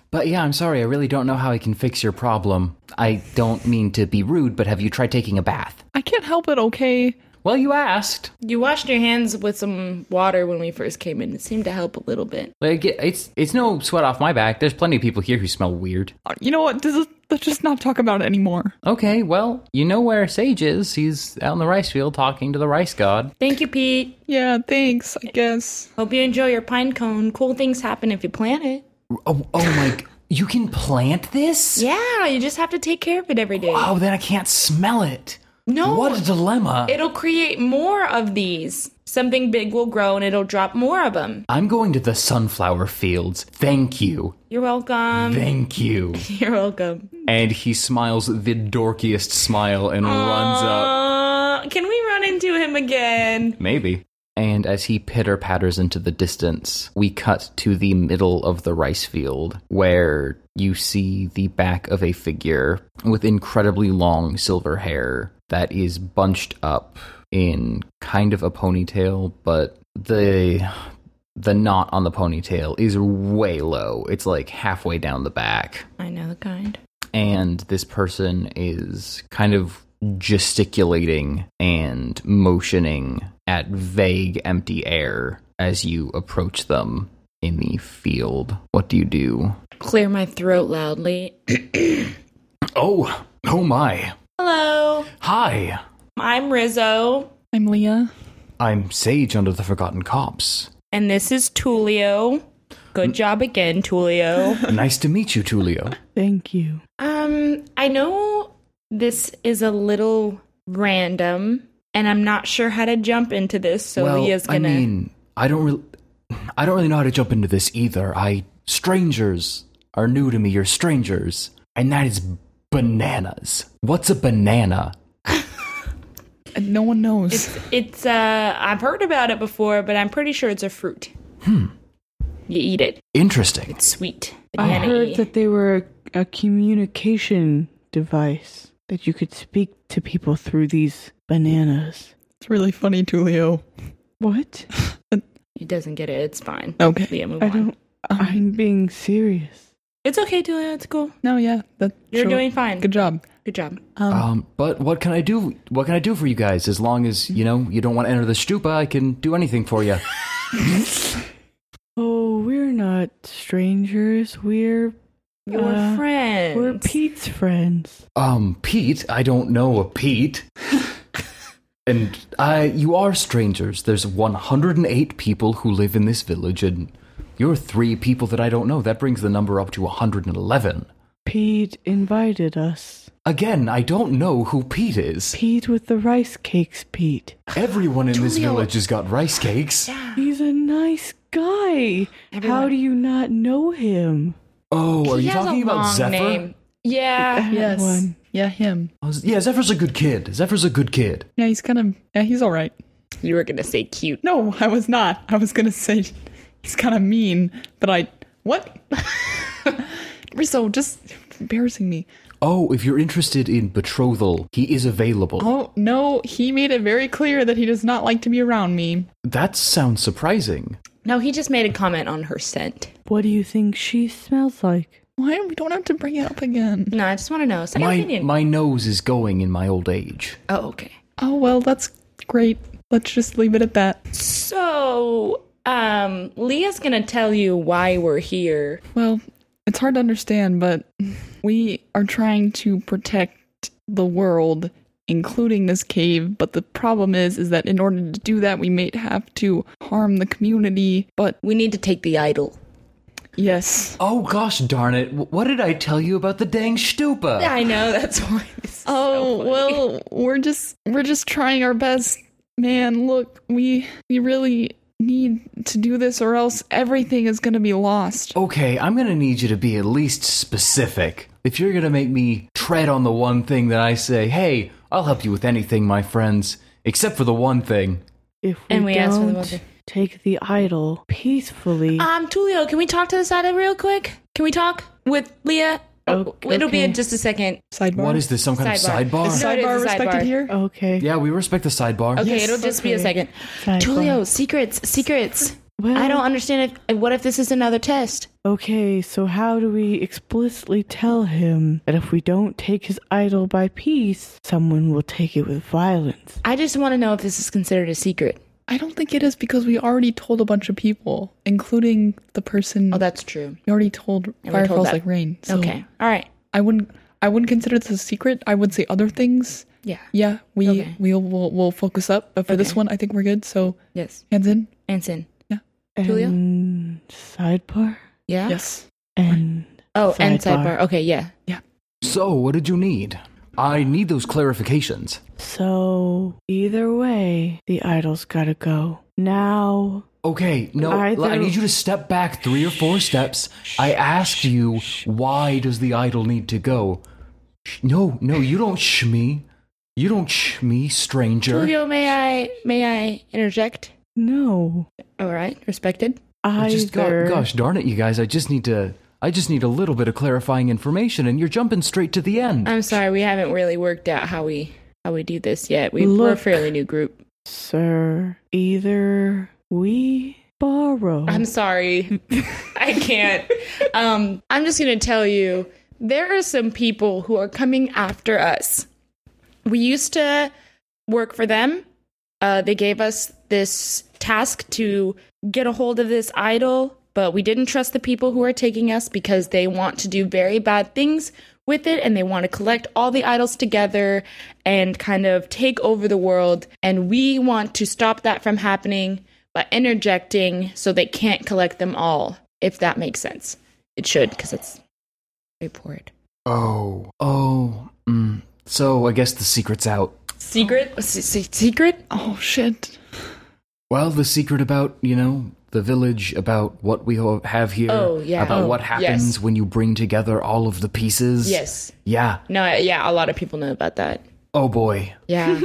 A: But yeah, I'm sorry. I really don't know how I can fix your problem. I don't mean to be rude, but have you tried taking a bath?
E: I can't help it. Okay.
A: Well, you asked.
B: You washed your hands with some water when we first came in. It seemed to help a little bit.
A: Like it- it's it's no sweat off my back. There's plenty of people here who smell weird.
E: Uh, You know what? This is, let's just not talk about it anymore.
A: Okay, well, you know where Sage is. He's out in the rice field talking to the rice god.
B: Thank you, Pete.
E: Yeah. Thanks. I guess.
B: Hope you enjoy your pine cone. Cool things happen if you plant it.
A: Oh, oh my! g- You can plant this?
B: Yeah, you just have to take care of it every day.
A: Oh, then I can't smell it.
B: No.
A: What a dilemma!
B: It'll create more of these. Something big will grow and it'll drop more of them.
A: I'm going to the sunflower fields. Thank you.
B: You're welcome.
A: Thank you.
B: You're welcome.
A: And he smiles the dorkiest smile and runs up.
B: Uh, can we run into him again?
A: Maybe. And as he pitter patters into the distance, we cut to the middle of the rice field where you see the back of a figure with incredibly long silver hair that is bunched up in kind of a ponytail, but the the knot on the ponytail is way low. It's like halfway down the back
B: I know the kind.
A: and this person is kind of gesticulating and motioning at vague empty air as you approach them in the field. What do you do?
B: Clear my throat loudly.
A: Oh, oh my.
B: Hello,
A: Hi.
B: I'm Rizzo,
E: I'm Leah.
A: I'm Sage under the Forgotten Cops.
B: and this is Tulio. Good job again, Tulio.
A: nice to meet you, Tulio.
D: Thank you.
B: um, I know this is a little random, and I'm not sure how to jump into this, so
A: well,
B: Leah's gonna.
A: I mean, I don't really I don't really know how to jump into this either. I strangers are new to me. You're strangers, and that is bananas. What's a banana?
E: And no one knows.
A: Hmm.
B: It's uh I've heard about it before, but I'm pretty sure it's a fruit. You eat it.
A: Interesting.
B: It's sweet.
D: I
B: Banana-y.
D: heard that they were a, a communication device that you could speak to people through these bananas.
C: It's really funny, Tulio.
D: What?
B: He doesn't get it. It's fine.
A: Uh,
C: Okay.
B: Yeah, move
D: I
B: on.
D: don't. I'm being serious.
B: It's okay, Julia. It's cool.
C: No, yeah, that
B: You're
C: sure.
B: doing fine. Good,
C: good job.
B: job.
C: Um,
A: Um, but what can I do? What can I do for you guys? As long as you know you don't want to enter the stupa, I can do anything for you.
D: Oh, we're not strangers. We're
B: Your
D: uh,
B: friends.
D: We're Pete's friends.
A: Um, Pete, I don't know a Pete. and I, you are strangers. There's 108 people who live in this village, and you're three people that I don't know. That brings the number up to 111.
D: Pete invited us.
A: Again, I don't know who Pete is.
D: Pete with the rice cakes, Pete.
A: Everyone in this
B: Julio.
A: village has got rice cakes.
B: Yeah.
D: He's a nice guy. How
B: Everyone-
D: do you not know him?
A: Oh, are
B: He
A: you
B: has
A: talking
B: a
A: about
B: long
A: Zephyr?
B: name. Yeah.
D: That
C: yes.
D: one.
C: Yeah, him.
A: I was- Uh, Yeah, Zephyr's a good kid. Zephyr's a good kid.
C: Yeah, he's kind of. Yeah, he's all right.
B: You were gonna say cute.
C: No, I was not. I was gonna say he's kind of mean, but I what? Rizzo, just embarrassing me.
A: Oh, if you're interested in betrothal, he is available.
C: Oh no, he made it very clear that he does not like to be around me.
A: That sounds surprising.
B: No, he just made a comment on her scent.
D: What do you think she smells like?
C: Why we don't have to bring it up again?
B: No, I just want to know. Second
A: My,
B: opinion.
A: my nose is going in my old age.
B: oh, okay.
C: Oh well, that's great. Let's just leave it at that.
B: So, um, Leah's gonna tell you why we're here.
C: Well, it's hard to understand, but we are trying to protect the world, including this cave. But the problem is, is that in order to do that, we may have to harm the community. But
B: We need to take the idol.
C: yes,
A: Oh gosh darn it! Wh- What did I tell you about the dang stupa?
B: I know that's why. This is
C: Oh
B: so funny.
C: well, we're just we're just trying our best, man. Look, we we really need to do this, or else everything is gonna be lost.
A: Okay, I'm gonna need you to be at least specific. If you're gonna make me tread on the one thing that I say, hey, I'll help you with anything, my friends, except for the one thing.
D: If we,
B: And we
D: don't
B: asked for the one thing.
D: take the idol peacefully,
B: Um, Tulio, can we talk to this idol real quick? Can we talk with Leah? Oh,
D: Okay.
B: it'll be in just a second.
C: Sidebar.
A: What is this? Some kind of
B: Sidebar.
A: sidebar?
B: No, it
C: Is
B: is
C: sidebar
B: a
C: respected
B: sidebar. Oh.
C: here?
D: okay.
A: Yeah, we respect the sidebar.
B: Okay,
C: Yes.
B: it'll just be a
D: Okay.
B: second.
D: Sidebar.
B: Tulio, secrets, secrets.
D: Well,
B: I don't understand if. What if this is another test?
D: Okay, so how do we explicitly tell him that if we don't take his idol by peace, someone will take it with violence?
B: I just want to know if this is considered a secret.
C: I don't think it is because we already told a bunch of people, including the person
B: Oh, that's true.
C: we already told.
B: we
C: Fire
B: told
C: falls
B: that.
C: like rain. So
B: Okay, all right.
C: I wouldn't I wouldn't consider this a secret. I would say other things.
B: Yeah.
C: Yeah, we
B: Okay.
C: we'll, we'll we'll focus up, but for this
B: Okay.
C: one, I think we're good. So
B: Yes.
C: hands in.
B: Anson. Julia?
D: And sidebar
B: Yeah.
C: Yes.
D: and
B: Oh, and
D: Sidebar.
B: sidebar. Okay. Yeah.
A: So, what did you need? I need those clarifications.
D: so either way, the idol's gotta go now.
A: Okay, no, I,
D: I
A: I
D: don't-
A: need you to step back three or four steps. I asked you, why does the idol need to go? Sh- No, no, you don't shh me. You don't shh me, stranger.
B: Tulio, may I may I interject?
D: No,
B: All right. Respected.
D: either
A: I just got, gosh darn it, you guys. I just need to, I just need a little bit of clarifying information, and you're jumping straight to the end.
B: I'm sorry, we haven't really worked out how we how we do this yet. We, we're a
D: Look.
B: fairly new group.
D: sir. Either we borrow.
B: I'm sorry, I can't. Um, I'm just gonna tell you, there are some people who are coming after us. We used to work for them. Uh, they gave us this task to get a hold of this idol, but we didn't trust the people who are taking us because they want to do very bad things with it and they want to collect all the idols together and kind of take over the world. And we want to stop that from happening by interjecting so they can't collect them all, if that makes sense. It should, because it's straightforward.
A: oh, oh, mm. so I guess the secret's out.
B: Secret? Oh, Se- se- secret?
C: Oh shit.
A: Well, the secret about, you know, the village, about what we ho- have here,
B: Oh, yeah.
A: about
B: Oh,
A: what happens
B: yes.
A: when you bring together all of the pieces.
B: Yes.
A: Yeah.
B: No, yeah, a lot of people know about that.
A: Oh boy.
B: Yeah.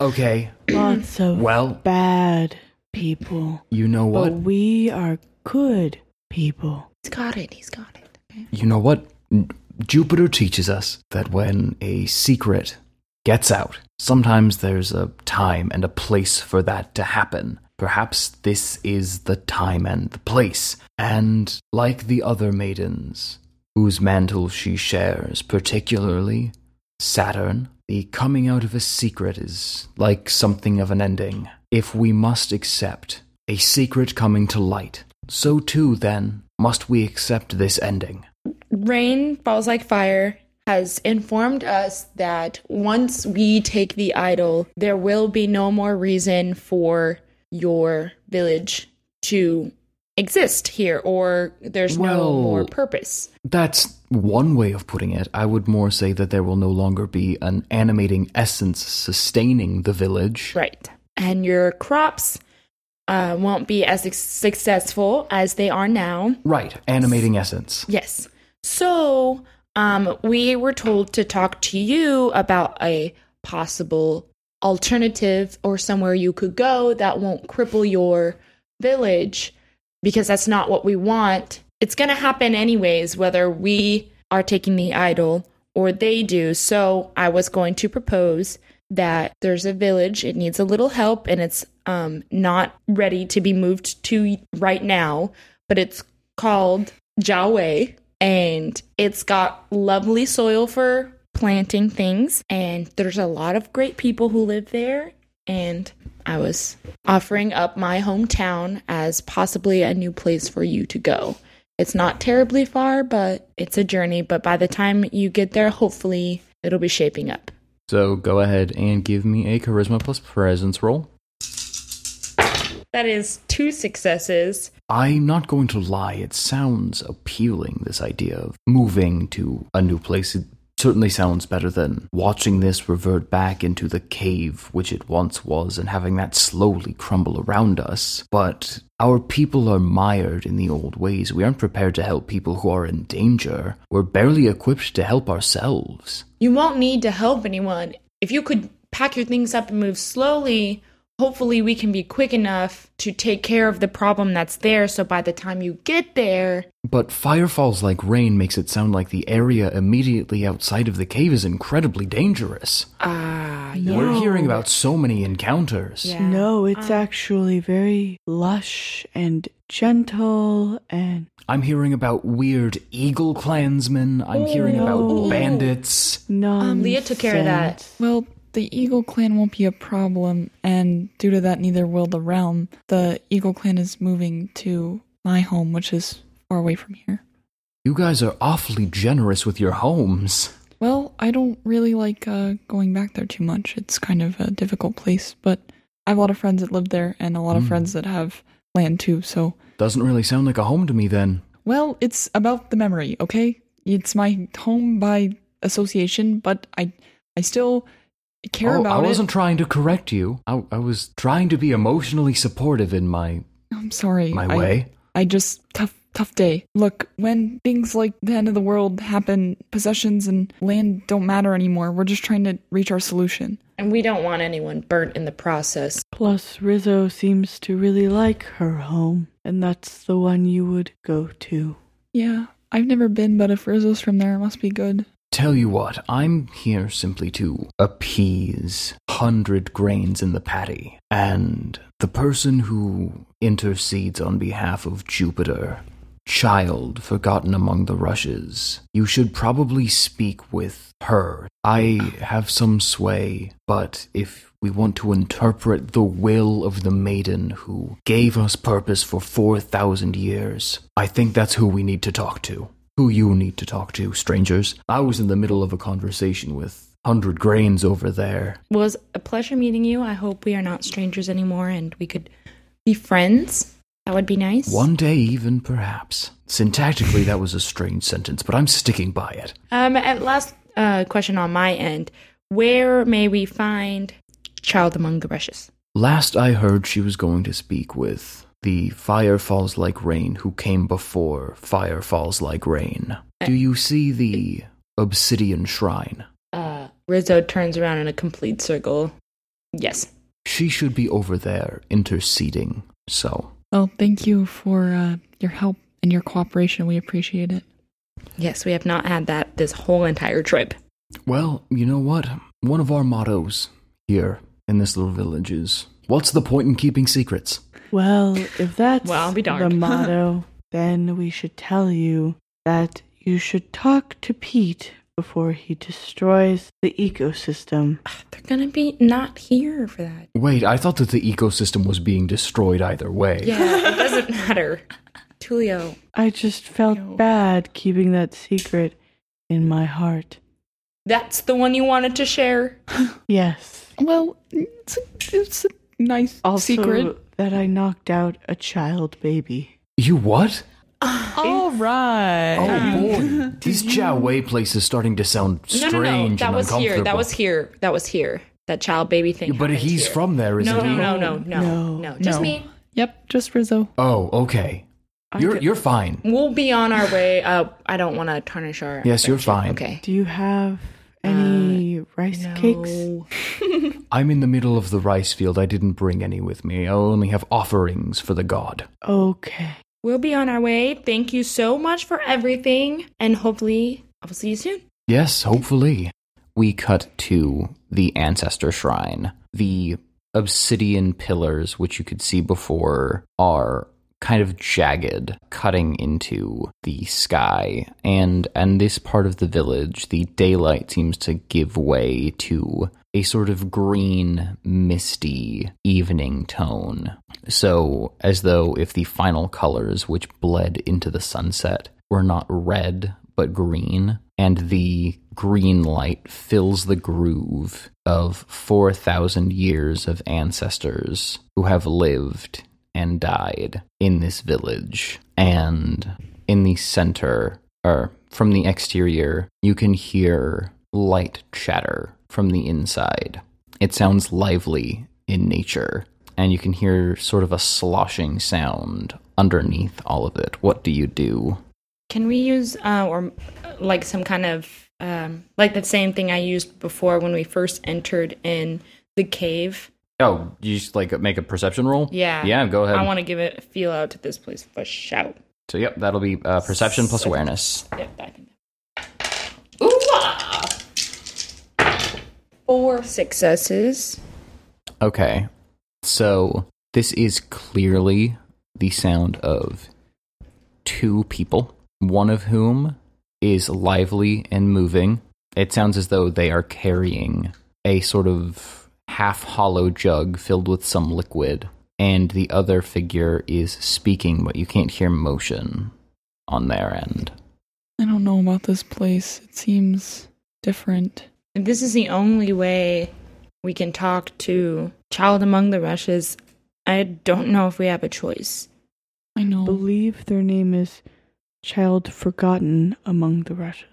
A: Okay.
D: Lots of
A: Well,
D: bad people,
A: you know what?
D: but we are good people.
B: He's got it. He's got it. Okay.
A: You know what? N- Jupiter teaches us that when a secret gets out, sometimes there's a time and a place for that to happen. Perhaps this is the time and the place. And like the other maidens whose mantle she shares, particularly Saturn, the coming out of a secret is like something of an ending. If we must accept a secret coming to light, so too, then, must we accept this ending.
B: Rain Falls Like Fire has informed us that once we take the idol, there will be no more reason for your village to exist here, or there's no
A: Well-
B: more purpose.
A: That's one way of putting it. I would more say that there will no longer be an animating essence sustaining the village.
B: Right. And your crops uh, won't be as ex- successful as they are now.
A: Right, animating essence.
B: Yes. So, um, we were told to talk to you about a possible alternative or somewhere you could go that won't cripple your village because that's not what we want. It's going to happen anyways, whether we are taking the idol or they do. So, I was going to propose that there's a village, it needs a little help, and it's um, not ready to be moved to right now, but it's called Jiaowei, and it's got lovely soil for planting things, and there's a lot of great people who live there. And I was offering up my hometown as possibly a new place for you to go. It's not terribly far, but it's a journey. But by the time you get there, hopefully it'll be shaping up.
A: So go ahead and give me a charisma plus presence roll.
B: That is two successes.
A: I'm not going to lie, it sounds appealing, this idea of moving to a new place. It certainly sounds better than watching this revert back into the cave which it once was and having that slowly crumble around us. But our people are mired in the old ways. We aren't prepared to help people who are in danger. We're barely equipped to help ourselves.
B: You won't need to help anyone. If you could pack your things up and move slowly, hopefully we can be quick enough to take care of the problem that's there so by the time you get there,
A: But fire falls like rain makes it sound like the area immediately outside of the cave is incredibly dangerous.
B: ah,
A: We're hearing about so many encounters.
B: Yeah.
D: No, it's
B: Um,
D: actually very lush and gentle and
A: I'm hearing about weird eagle clansmen. I'm hearing
D: Ooh.
A: about bandits.
D: non.
B: Um, Leah took care of that.
E: Well, the Eagle Clan won't be a problem, and due to that, neither will the realm. The Eagle Clan is moving to my home, which is far away from here.
A: You guys are awfully generous with your homes.
E: Well, I don't really like uh, going back there too much. It's kind of a difficult place, but I have a lot of friends that live there and a lot of
A: Mm.
E: friends that have land too. So,
A: Doesn't really sound like a home to me then.
E: well, it's about the memory, okay? It's my home by association, but I I still care
A: Oh,
E: about
A: I
E: it.
A: wasn't trying to correct you. I, I was trying to be emotionally supportive in my
E: I'm sorry.
A: my
E: I-
A: way.
E: I just tough tough day. Look, when things like the end of the world happen, possessions and land don't matter anymore. We're just trying to reach our solution.
B: and we don't want anyone burnt in the process.
D: Plus, Rizzo seems to really like her home, and that's the one you would go to.
E: Yeah, I've never been, but if Rizzo's from there, it must be good.
A: Tell you what, I'm here simply to appease hundred grains in the patty, and the person who intercedes on behalf of Jupiter, child forgotten among the rushes, you should probably speak with her. I have some sway, but if we want to interpret the will of the maiden who gave us purpose for 4,000 years, I think that's who we need to talk to who you need to talk to, strangers. I was in the middle of a conversation with Hundred Grains over there.
B: was a pleasure meeting you. I hope we are not strangers anymore and we could be friends. That would be nice.
A: One day, even perhaps. Syntactically, that was a strange sentence, but I'm sticking by it.
B: Um, and last uh, question on my end. Where may we find Child Among the Rushes?
A: Last I heard, she was going to speak with the Fire Falls Like Rain who came before Fire Falls Like Rain. Do you see the Obsidian Shrine?
B: Uh, Rizzo turns around in a complete circle. Yes.
A: She should be over there interceding, so.
E: Well, thank you for uh, your help
C: and your cooperation. We appreciate it.
B: Yes, we have not had that this whole entire trip.
A: Well, you know what? One of our mottos here in this little village is what's the point in keeping secrets?
D: Well, if that's
B: Well, I'll be
D: the
B: darned.
D: motto, then we should tell you that you should talk to Pete before he destroys the ecosystem.
B: They're gonna be not here for that.
A: Wait, I thought that the ecosystem was being destroyed either way.
B: Yeah, it doesn't matter. Tulio.
D: I just felt
C: Ew.
D: bad keeping that secret in my heart.
B: That's the one you wanted to share.
D: Yes.
C: Well, it's a, it's a nice
D: Also,
C: secret.
D: that I knocked out a child baby.
A: You what?
C: All right.
A: Oh boy. These Chow Wei place is starting to sound strange
B: no, no, no. That
A: and
B: was
A: uncomfortable.
B: here. That was here. That was here. That child baby thing.
A: Yeah, but
B: happened
A: he's
B: here.
A: from there, isn't
B: no,
A: he?
B: No, no, no, no, no,
D: No.
B: Just
C: No.
B: me.
C: Yep, just Rizzo.
A: Oh, okay. You're you're fine.
B: We'll be on our way up. I don't want to tarnish our.
A: Yes, you're
B: friendship.
A: fine.
B: Okay.
D: Do you have any rice cakes?
B: No.
A: I'm in the middle of the rice field. I didn't bring any with me. I only have offerings for the god.
D: Okay.
B: We'll be on our way. Thank you so much for everything, and hopefully, I will see you soon.
A: Yes, hopefully. We cut to the ancestor shrine. The obsidian pillars, which you could see before, are kind of jagged, cutting into the sky. And in this part of the village, the daylight seems to give way to a sort of green, misty evening tone. So, as though if the final colors which bled into the sunset were not red but green, and the green light fills the groove of 4,000 years of ancestors who have lived and died in this village. And in the center, or from the exterior, you can hear light chatter from the inside. It sounds lively in nature, and you can hear sort of a sloshing sound underneath all of it. What do you do?
B: Can we use uh, or uh, like some kind of um, like the same thing I used before when we first entered in the cave?
A: Oh, you just like make a perception roll?
B: Yeah.
A: Yeah, go ahead.
B: I want to give it a feel out to this place for shout.
A: so, yep, that'll be uh, perception plus awareness.
B: Yeah, I think. Ooh, ah! Four successes.
A: Okay. So, this is clearly the sound of two people, one of whom is lively and moving. It sounds as though they are carrying a sort of half hollow jug filled with some liquid, and the other figure is speaking, but you can't hear motion on their end.
C: I don't know about this place. It seems different.
B: If this is the only way we can talk to Child Among the Rushes, I don't know if we have a choice.
C: I know.
D: believe their name is Child Forgotten Among the Rushes.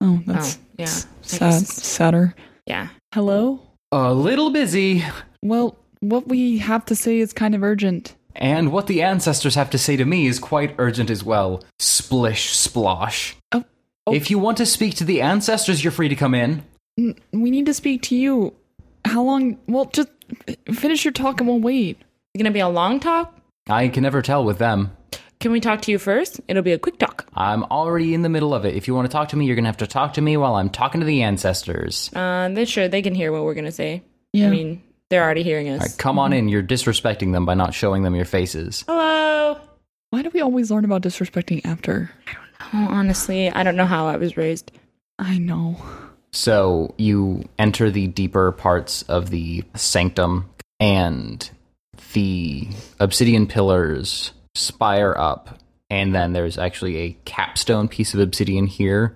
C: oh, that's
B: Oh, yeah.
C: s-
B: I guess
C: sad.
B: it's-
C: Sadder.
B: Yeah.
C: Hello.
A: A little busy.
C: Well, what we have to say is kind of urgent.
A: And what the ancestors have to say to me is quite urgent as well. Splish, splosh.
C: Oh, oh.
A: If you want to speak to the ancestors, you're free to come in.
C: N- We need to speak to you. How long? Well, just finish your talk and we'll wait.
B: It's going to be a long talk.
A: I can never tell with them.
B: Can we talk to you first? It'll be a quick talk.
A: I'm already in the middle of it. If you want to talk to me, you're going to have to talk to me while I'm talking to the ancestors.
B: Uh, they sure they can hear what we're going to say.
C: Yeah.
B: I mean, they're already hearing
A: All
B: us.
A: right, come on in. You're disrespecting them by not showing them your faces.
B: Hello.
C: Why do we always learn about disrespecting after?
B: Oh, honestly, I don't know how I was raised.
C: I know.
A: So you enter the deeper parts of the sanctum, and the obsidian pillars spire up, and then there's actually a capstone piece of obsidian here,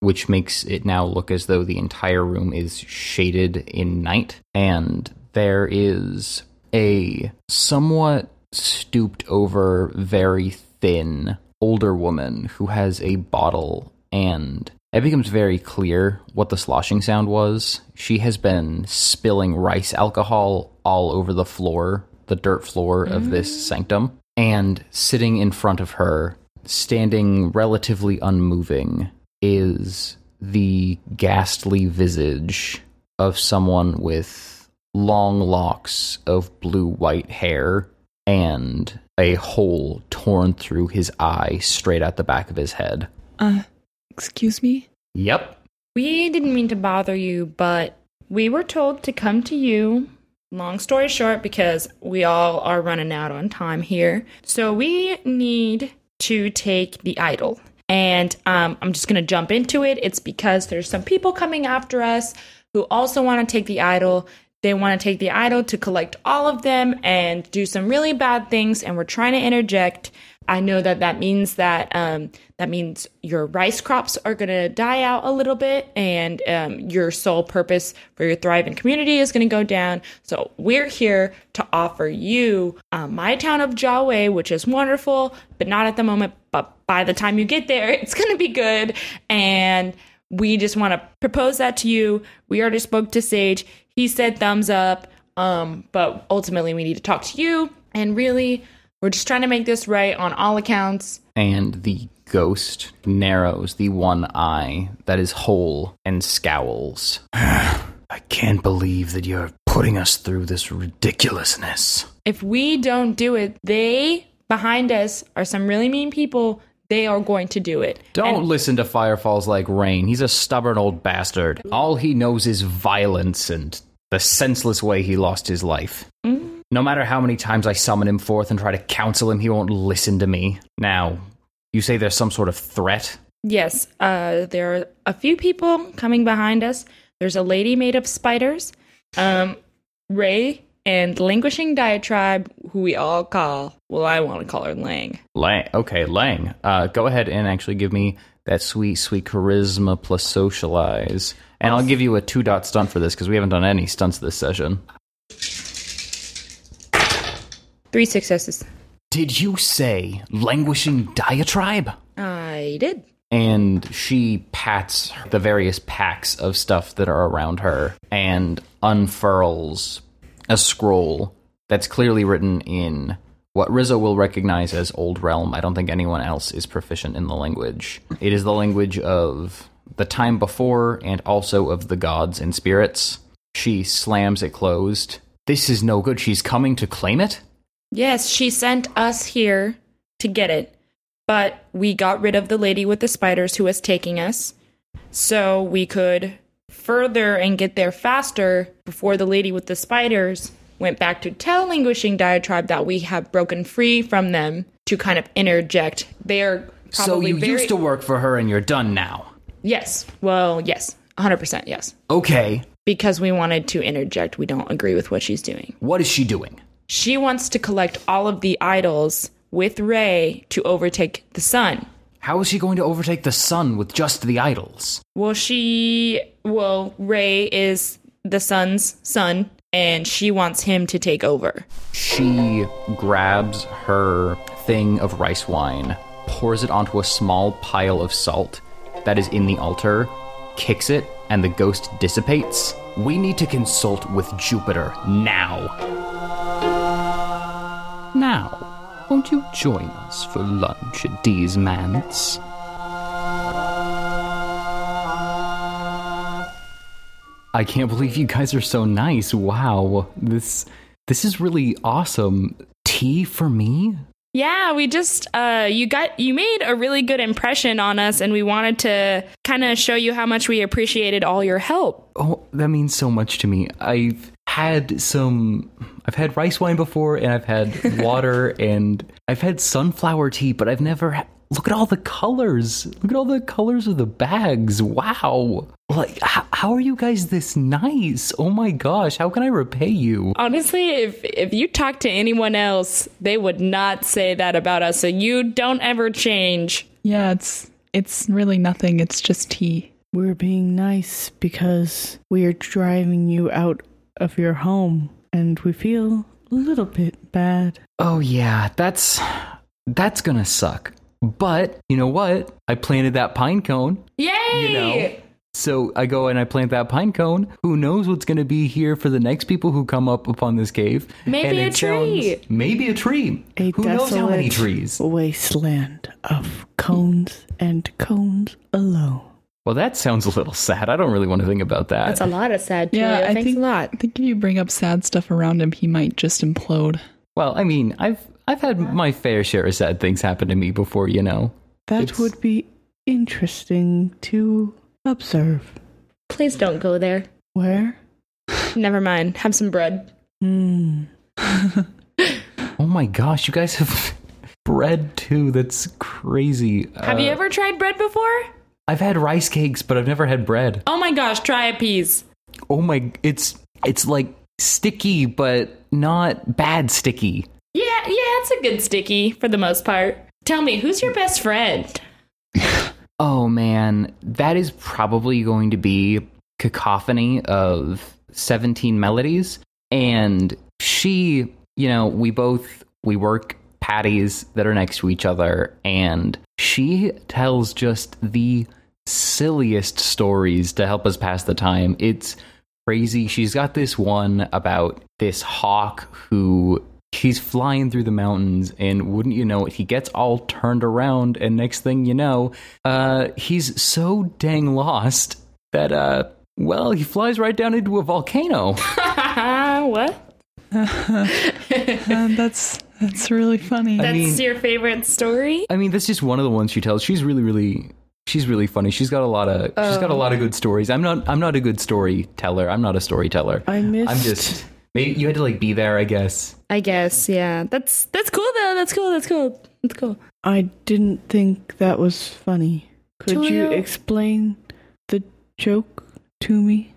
A: which makes it now look as though the entire room is shaded in night, and there is a somewhat stooped over, very thin older woman who has a bottle and it becomes very clear what the sloshing sound was. She has been spilling rice alcohol all over the floor, the dirt floor of this sanctum, and sitting in front of her, standing relatively unmoving, is the ghastly visage of someone with long locks of blue white hair and a hole torn through his eye straight out the back of his head.
C: Uh, excuse me?
A: Yep.
B: We didn't mean to bother you, but we were told to come to you. Long story short, because we all are running out on time here. So we need to take the idol. And um, I'm just going to jump into it. It's because there's some people coming after us who also want to take the idol. They want to take the idol to collect all of them and do some really bad things. And we're trying to interject. I know that that means that um, that means your rice crops are going to die out a little bit, and um, your sole purpose for your thriving community is going to go down. So we're here to offer you uh, my town of Jawe, which is wonderful, but not at the moment. But by the time you get there, it's going to be good, and we just want to propose that to you. We already spoke to Sage; he said thumbs up. Um, but ultimately, we need to talk to you, and really. We're just trying to make this right on all accounts.
A: And the ghost narrows the one eye that is whole and scowls. I can't believe that you're putting us through this ridiculousness.
B: If we don't do it, they behind us are some really mean people. They are going to do it.
A: Don't
B: And-
A: listen to Firefalls like Rain. He's a stubborn old bastard. All he knows is violence and the senseless way he lost his life. No matter how many times I summon him forth and try to counsel him, he won't listen to me. Now, you say there's some sort of threat?
B: Yes, uh, there are a few people coming behind us. There's a lady made of spiders, um, Ray, and Languishing Diatribe, who we all call, well, I want to call her Lang.
A: Lang. Okay, Lang. Uh, go ahead and actually give me that sweet, sweet charisma plus socialize. And I'll give you a two dot stunt for this because we haven't done any stunts this session.
B: Three successes.
A: Did you say languishing diatribe?
B: I did.
A: and she pats the various packs of stuff that are around her and unfurls a scroll that's clearly written in what Rizzo will recognize as Old Realm. I don't think anyone else is proficient in the language. It is the language of the time before and also of the gods and spirits. She slams it closed. This is no good. She's coming to claim it?
B: Yes, she sent us here to get it, but we got rid of the lady with the spiders who was taking us, so we could further and get there faster before the lady with the spiders went back to tell Languishing Diatribe that we have broken free from them to kind of interject. They are
A: so
B: probably
A: you
B: very-
A: used to work for her and you're done now.
B: yes, well, yes, 100% yes,
A: Okay,
B: because we wanted to interject. We don't agree with what she's doing.
A: what is she doing?
B: She wants to collect all of the idols with Rey to overtake the sun.
A: How is she going to overtake the sun with just the idols?
B: Well, she, well, Rey is the sun's son, and she wants him to take over.
A: She grabs her thing of rice wine, pours it onto a small pile of salt that is in the altar, kicks it, and the ghost dissipates. We need to consult with Jupiter now.
F: Now, won't you join us for lunch at Dee's Manse? I can't believe you guys are so nice. Wow. This this is really awesome. Tea for me?
B: Yeah, we just, uh, you got, you made a really good impression on us, and we wanted to kind of show you how much we appreciated all your help.
F: Oh, that means so much to me. I've had some I've had rice wine before and I've had water and I've had sunflower tea, but I've never ha- Look at all the colors. Look at all the colors of the bags. Wow. Like h- how are you guys this nice? Oh my gosh, how can I repay you?
B: Honestly, if if you talk to anyone else, they would not say that about us. So you don't ever change.
C: Yeah, it's it's really nothing. It's just tea.
D: We're being nice because we are driving you out of your home and we feel a little bit bad.
F: Oh yeah, that's that's going to suck. But, you know what? I planted that pine cone.
B: Yay!
F: So I go and I plant that pine cone. Who knows what's going to be here for the next people who come up upon this cave?
B: Maybe
F: And
B: a
F: it sounds-
B: tree.
F: maybe a tree.
D: A
F: who knows
D: desolate
F: how many trees?
D: wasteland of cones and cones alone.
F: Well, that sounds a little sad. I don't really want to think about that.
B: That's a lot of sad.
C: Yeah,
B: Julia.
C: I
B: Thanks
C: think
B: a lot.
C: I think if you bring up sad stuff around him, he might just implode.
A: Well, I mean, I've I've had my fair share of sad things happen to me before, you know.
D: That
A: It's-
D: would be interesting to observe.
B: Please don't go there.
D: Where?
B: Never mind. Have some bread.
D: Hmm.
A: Oh my gosh, you guys have bread too. That's crazy.
B: Have
A: Uh,
B: you ever tried bread before?
A: I've had rice cakes, but I've never had bread.
B: Oh my gosh, try a piece.
A: Oh my, it's it's like sticky, but not bad sticky.
B: Yeah, yeah, it's a good sticky for the most part. Tell me, who's your best friend?
A: Oh man, that is probably going to be cacophony of 17 melodies and she, you know, we both we work patties that are next to each other and she tells just the silliest stories to help us pass the time. It's crazy. She's got this one about this hawk who he's flying through the mountains and wouldn't you know it, he gets all turned around and next thing you know, uh he's so dang lost that uh well, he flies right down into a volcano.
B: what?
C: Uh, that's that's really funny.
B: That's
A: mean-
B: your favorite story?
A: I mean, that's just one of the ones she tells. She's really, really, she's really funny. She's got a lot of, she's got a lot of good stories. I'm not, I'm not a good storyteller. I'm not a storyteller.
D: I missed.
A: I'm just. Maybe you had to like be there, I guess.
B: I guess, yeah. That's that's cool though. That's cool. That's cool. That's cool.
D: I didn't think that was funny. Could you
B: Julio?
D: explain the joke to me?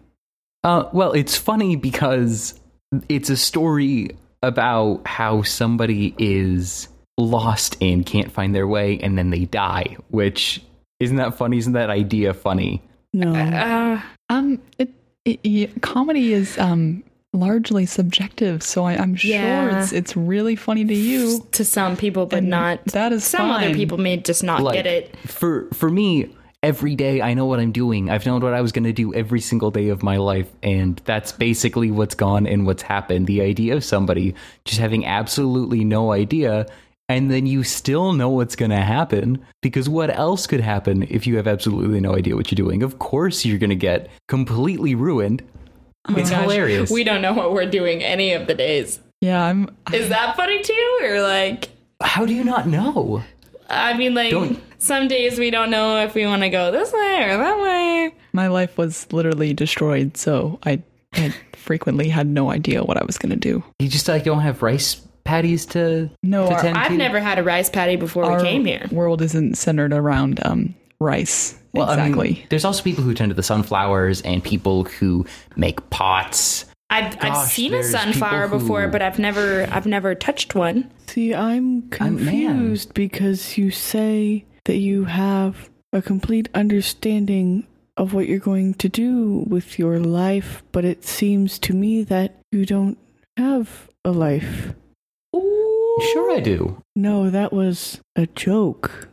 A: Uh, well, it's funny because it's a story about how somebody is lost and can't find their way, and then they die. Which isn't that funny? Isn't that idea funny?
D: No.
B: Uh,
C: Um, it, it, yeah, comedy is um largely subjective, so I, I'm sure
B: Yeah.
C: it's it's really funny to you,
B: to some people, but
C: and
B: not
C: that is
B: some other
C: fine.
B: people may just not
A: Like-
B: get it.
A: for for me every day i know what i'm doing i've known what i was going to do every single day of my life and that's basically what's gone and what's happened the idea of somebody just having absolutely no idea and then you still know what's going to happen because what else could happen if you have absolutely no idea what you're doing of course you're going to get completely ruined it's
B: Oh Gosh,
A: hilarious
B: We don't know what we're doing any of the days.
C: Yeah, I'm.
B: Is that funny too? Or like
A: how do you not know
B: I mean like
A: Don't-
B: some days we don't know if we want to go this way or that way.
C: My life was literally destroyed, so I I frequently had no idea what I was gonna do.
A: you just like don't have rice patties to
C: No,
A: to
C: our-
A: tend
B: I've
A: to?
B: never had a rice patty before
C: Our
B: we came here.
C: world isn't centered around um rice exactly.
A: I mean, there's also people who tend to the sunflowers and people who make pots.
B: I've I've
A: Gosh,
B: seen a
A: there's
B: sunflower
A: people who-
B: before, but I've never I've never touched one.
D: See, I'm
A: I'm- man.
D: confused because you say that you have a complete understanding of what you're going to do with your life, but it seems to me that you don't have a life.
A: Sure, I do.
D: No, that was a joke.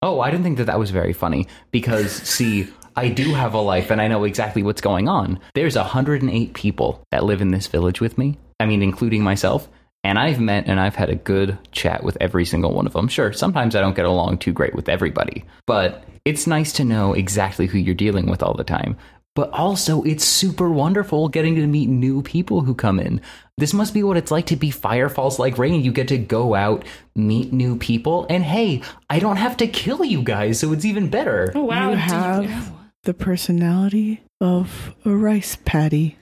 A: Oh, I didn't think that that was very funny because, see, I do have a life and I know exactly what's going on. There's 108 people that live in this village with me, I mean, including myself. And I've met and I've had a good chat with every single one of them. Sure, sometimes I don't get along too great with everybody, but it's nice to know exactly who you're dealing with all the time. but also it's super wonderful getting to meet new people who come in. This must be what it's like to be fire falls like rain. You get to go out, meet new people, and hey, I don't have to kill you guys, so it's even better.
B: Oh wow!
D: you
B: do
D: have the personality of a rice patty.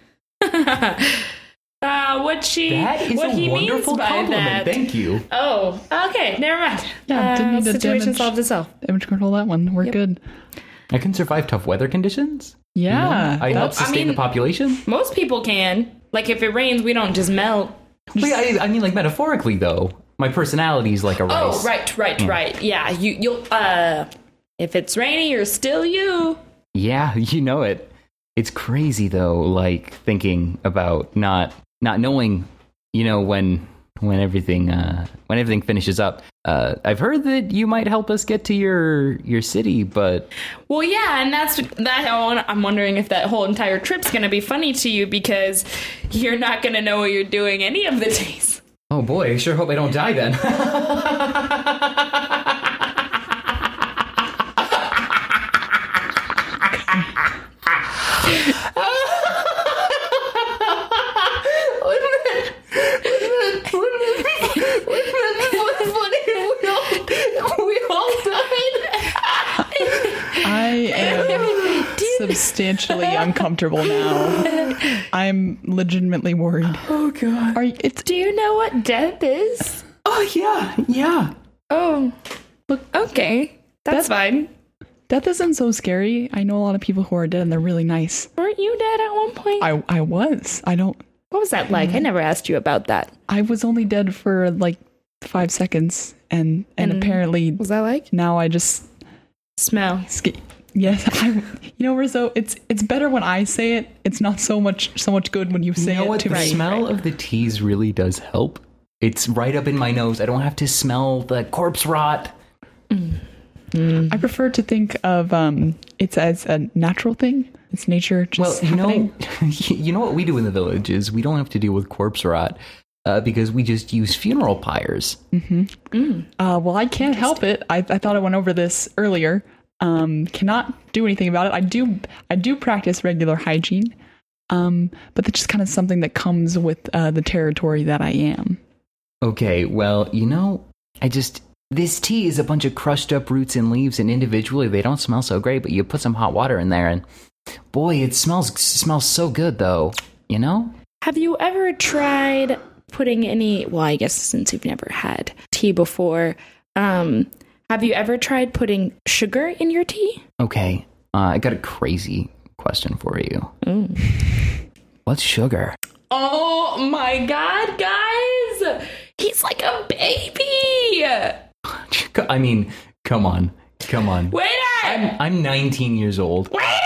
B: Uh, what she
A: That is
B: what
A: a
B: he
A: wonderful
B: means by
A: compliment.
B: that.
A: Thank you.
B: Oh, okay. Never mind.
C: Yeah,
B: Uh,
C: didn't need to
B: situation
C: damage-
B: solved itself.
C: Damage control that one. We're good.
A: I can survive tough weather conditions.
C: Yeah,
A: I help
B: I
A: sustain
B: mean-
A: the population.
B: Most people can. Like if it rains, we don't just melt.
A: But I, I mean, like metaphorically though, my personality is like a rice.
B: Oh, right, right,
A: Mm.
B: right. Yeah, you you'll uh, if it's rainy, you're still you.
A: Yeah, you know it. It's crazy though, like thinking about not not knowing, you know, when when everything uh when everything finishes up. Uh I've heard that you might help us get to your your city, but
B: Well, yeah, and that's that. I wan- I'm wondering if that whole entire trip's gonna be funny to you because you're not gonna know what you're doing any of the days.
A: oh boy, I sure hope I don't die then.
C: substantially uncomfortable now. I'm legitimately worried.
G: Oh god.
C: Are you, it's
B: Do you know what death is?
G: Oh yeah, yeah.
B: Oh, look, okay. That's, fine.
C: death isn't so scary. I know a lot of people who are dead and they're really nice.
B: Weren't you dead at one point?
C: I I was. I don't.
B: what was that like? I never asked you about that.
C: I was only dead for like five seconds, and and,
B: And-
C: apparently
B: Was that like
C: now I just
B: smell?
C: sk- yes. I, you know, Rizzo. It's it's better when I say it. It's not so much so much good when you say
A: you know
C: it
A: what?
C: to
A: The
C: me.
A: smell of the teas really does help. It's right up in my nose. I don't have to smell the corpse rot.
C: I prefer to think of um, it's as a natural thing. It's nature. Just
A: Well, you
C: happening.
A: know, you know what we do in the village is we don't have to deal with corpse rot uh, because we just use funeral pyres.
C: Uh, well, I can't help it. I, I thought I went over this earlier. Um, cannot do anything about it. I do. I do practice regular hygiene, um, but that's just kind of something that comes with uh, the territory that I am.
A: Okay, well, you know, I just this tea is a bunch of crushed up roots and leaves, and individually they don't smell so great. But you put some hot water in there, and boy, it smells smells so good though. You know,
B: Have you ever tried putting any? Well, I guess since you've never had tea before, um, have you ever tried putting sugar in your tea?
A: Okay, uh, I got a crazy question for you.
C: Mm.
A: What's sugar?
B: Oh my god, guys! He's like a baby!
A: I mean, come on, come on.
B: Waiter!
A: I'm I'm 19 years old.
B: Waiter!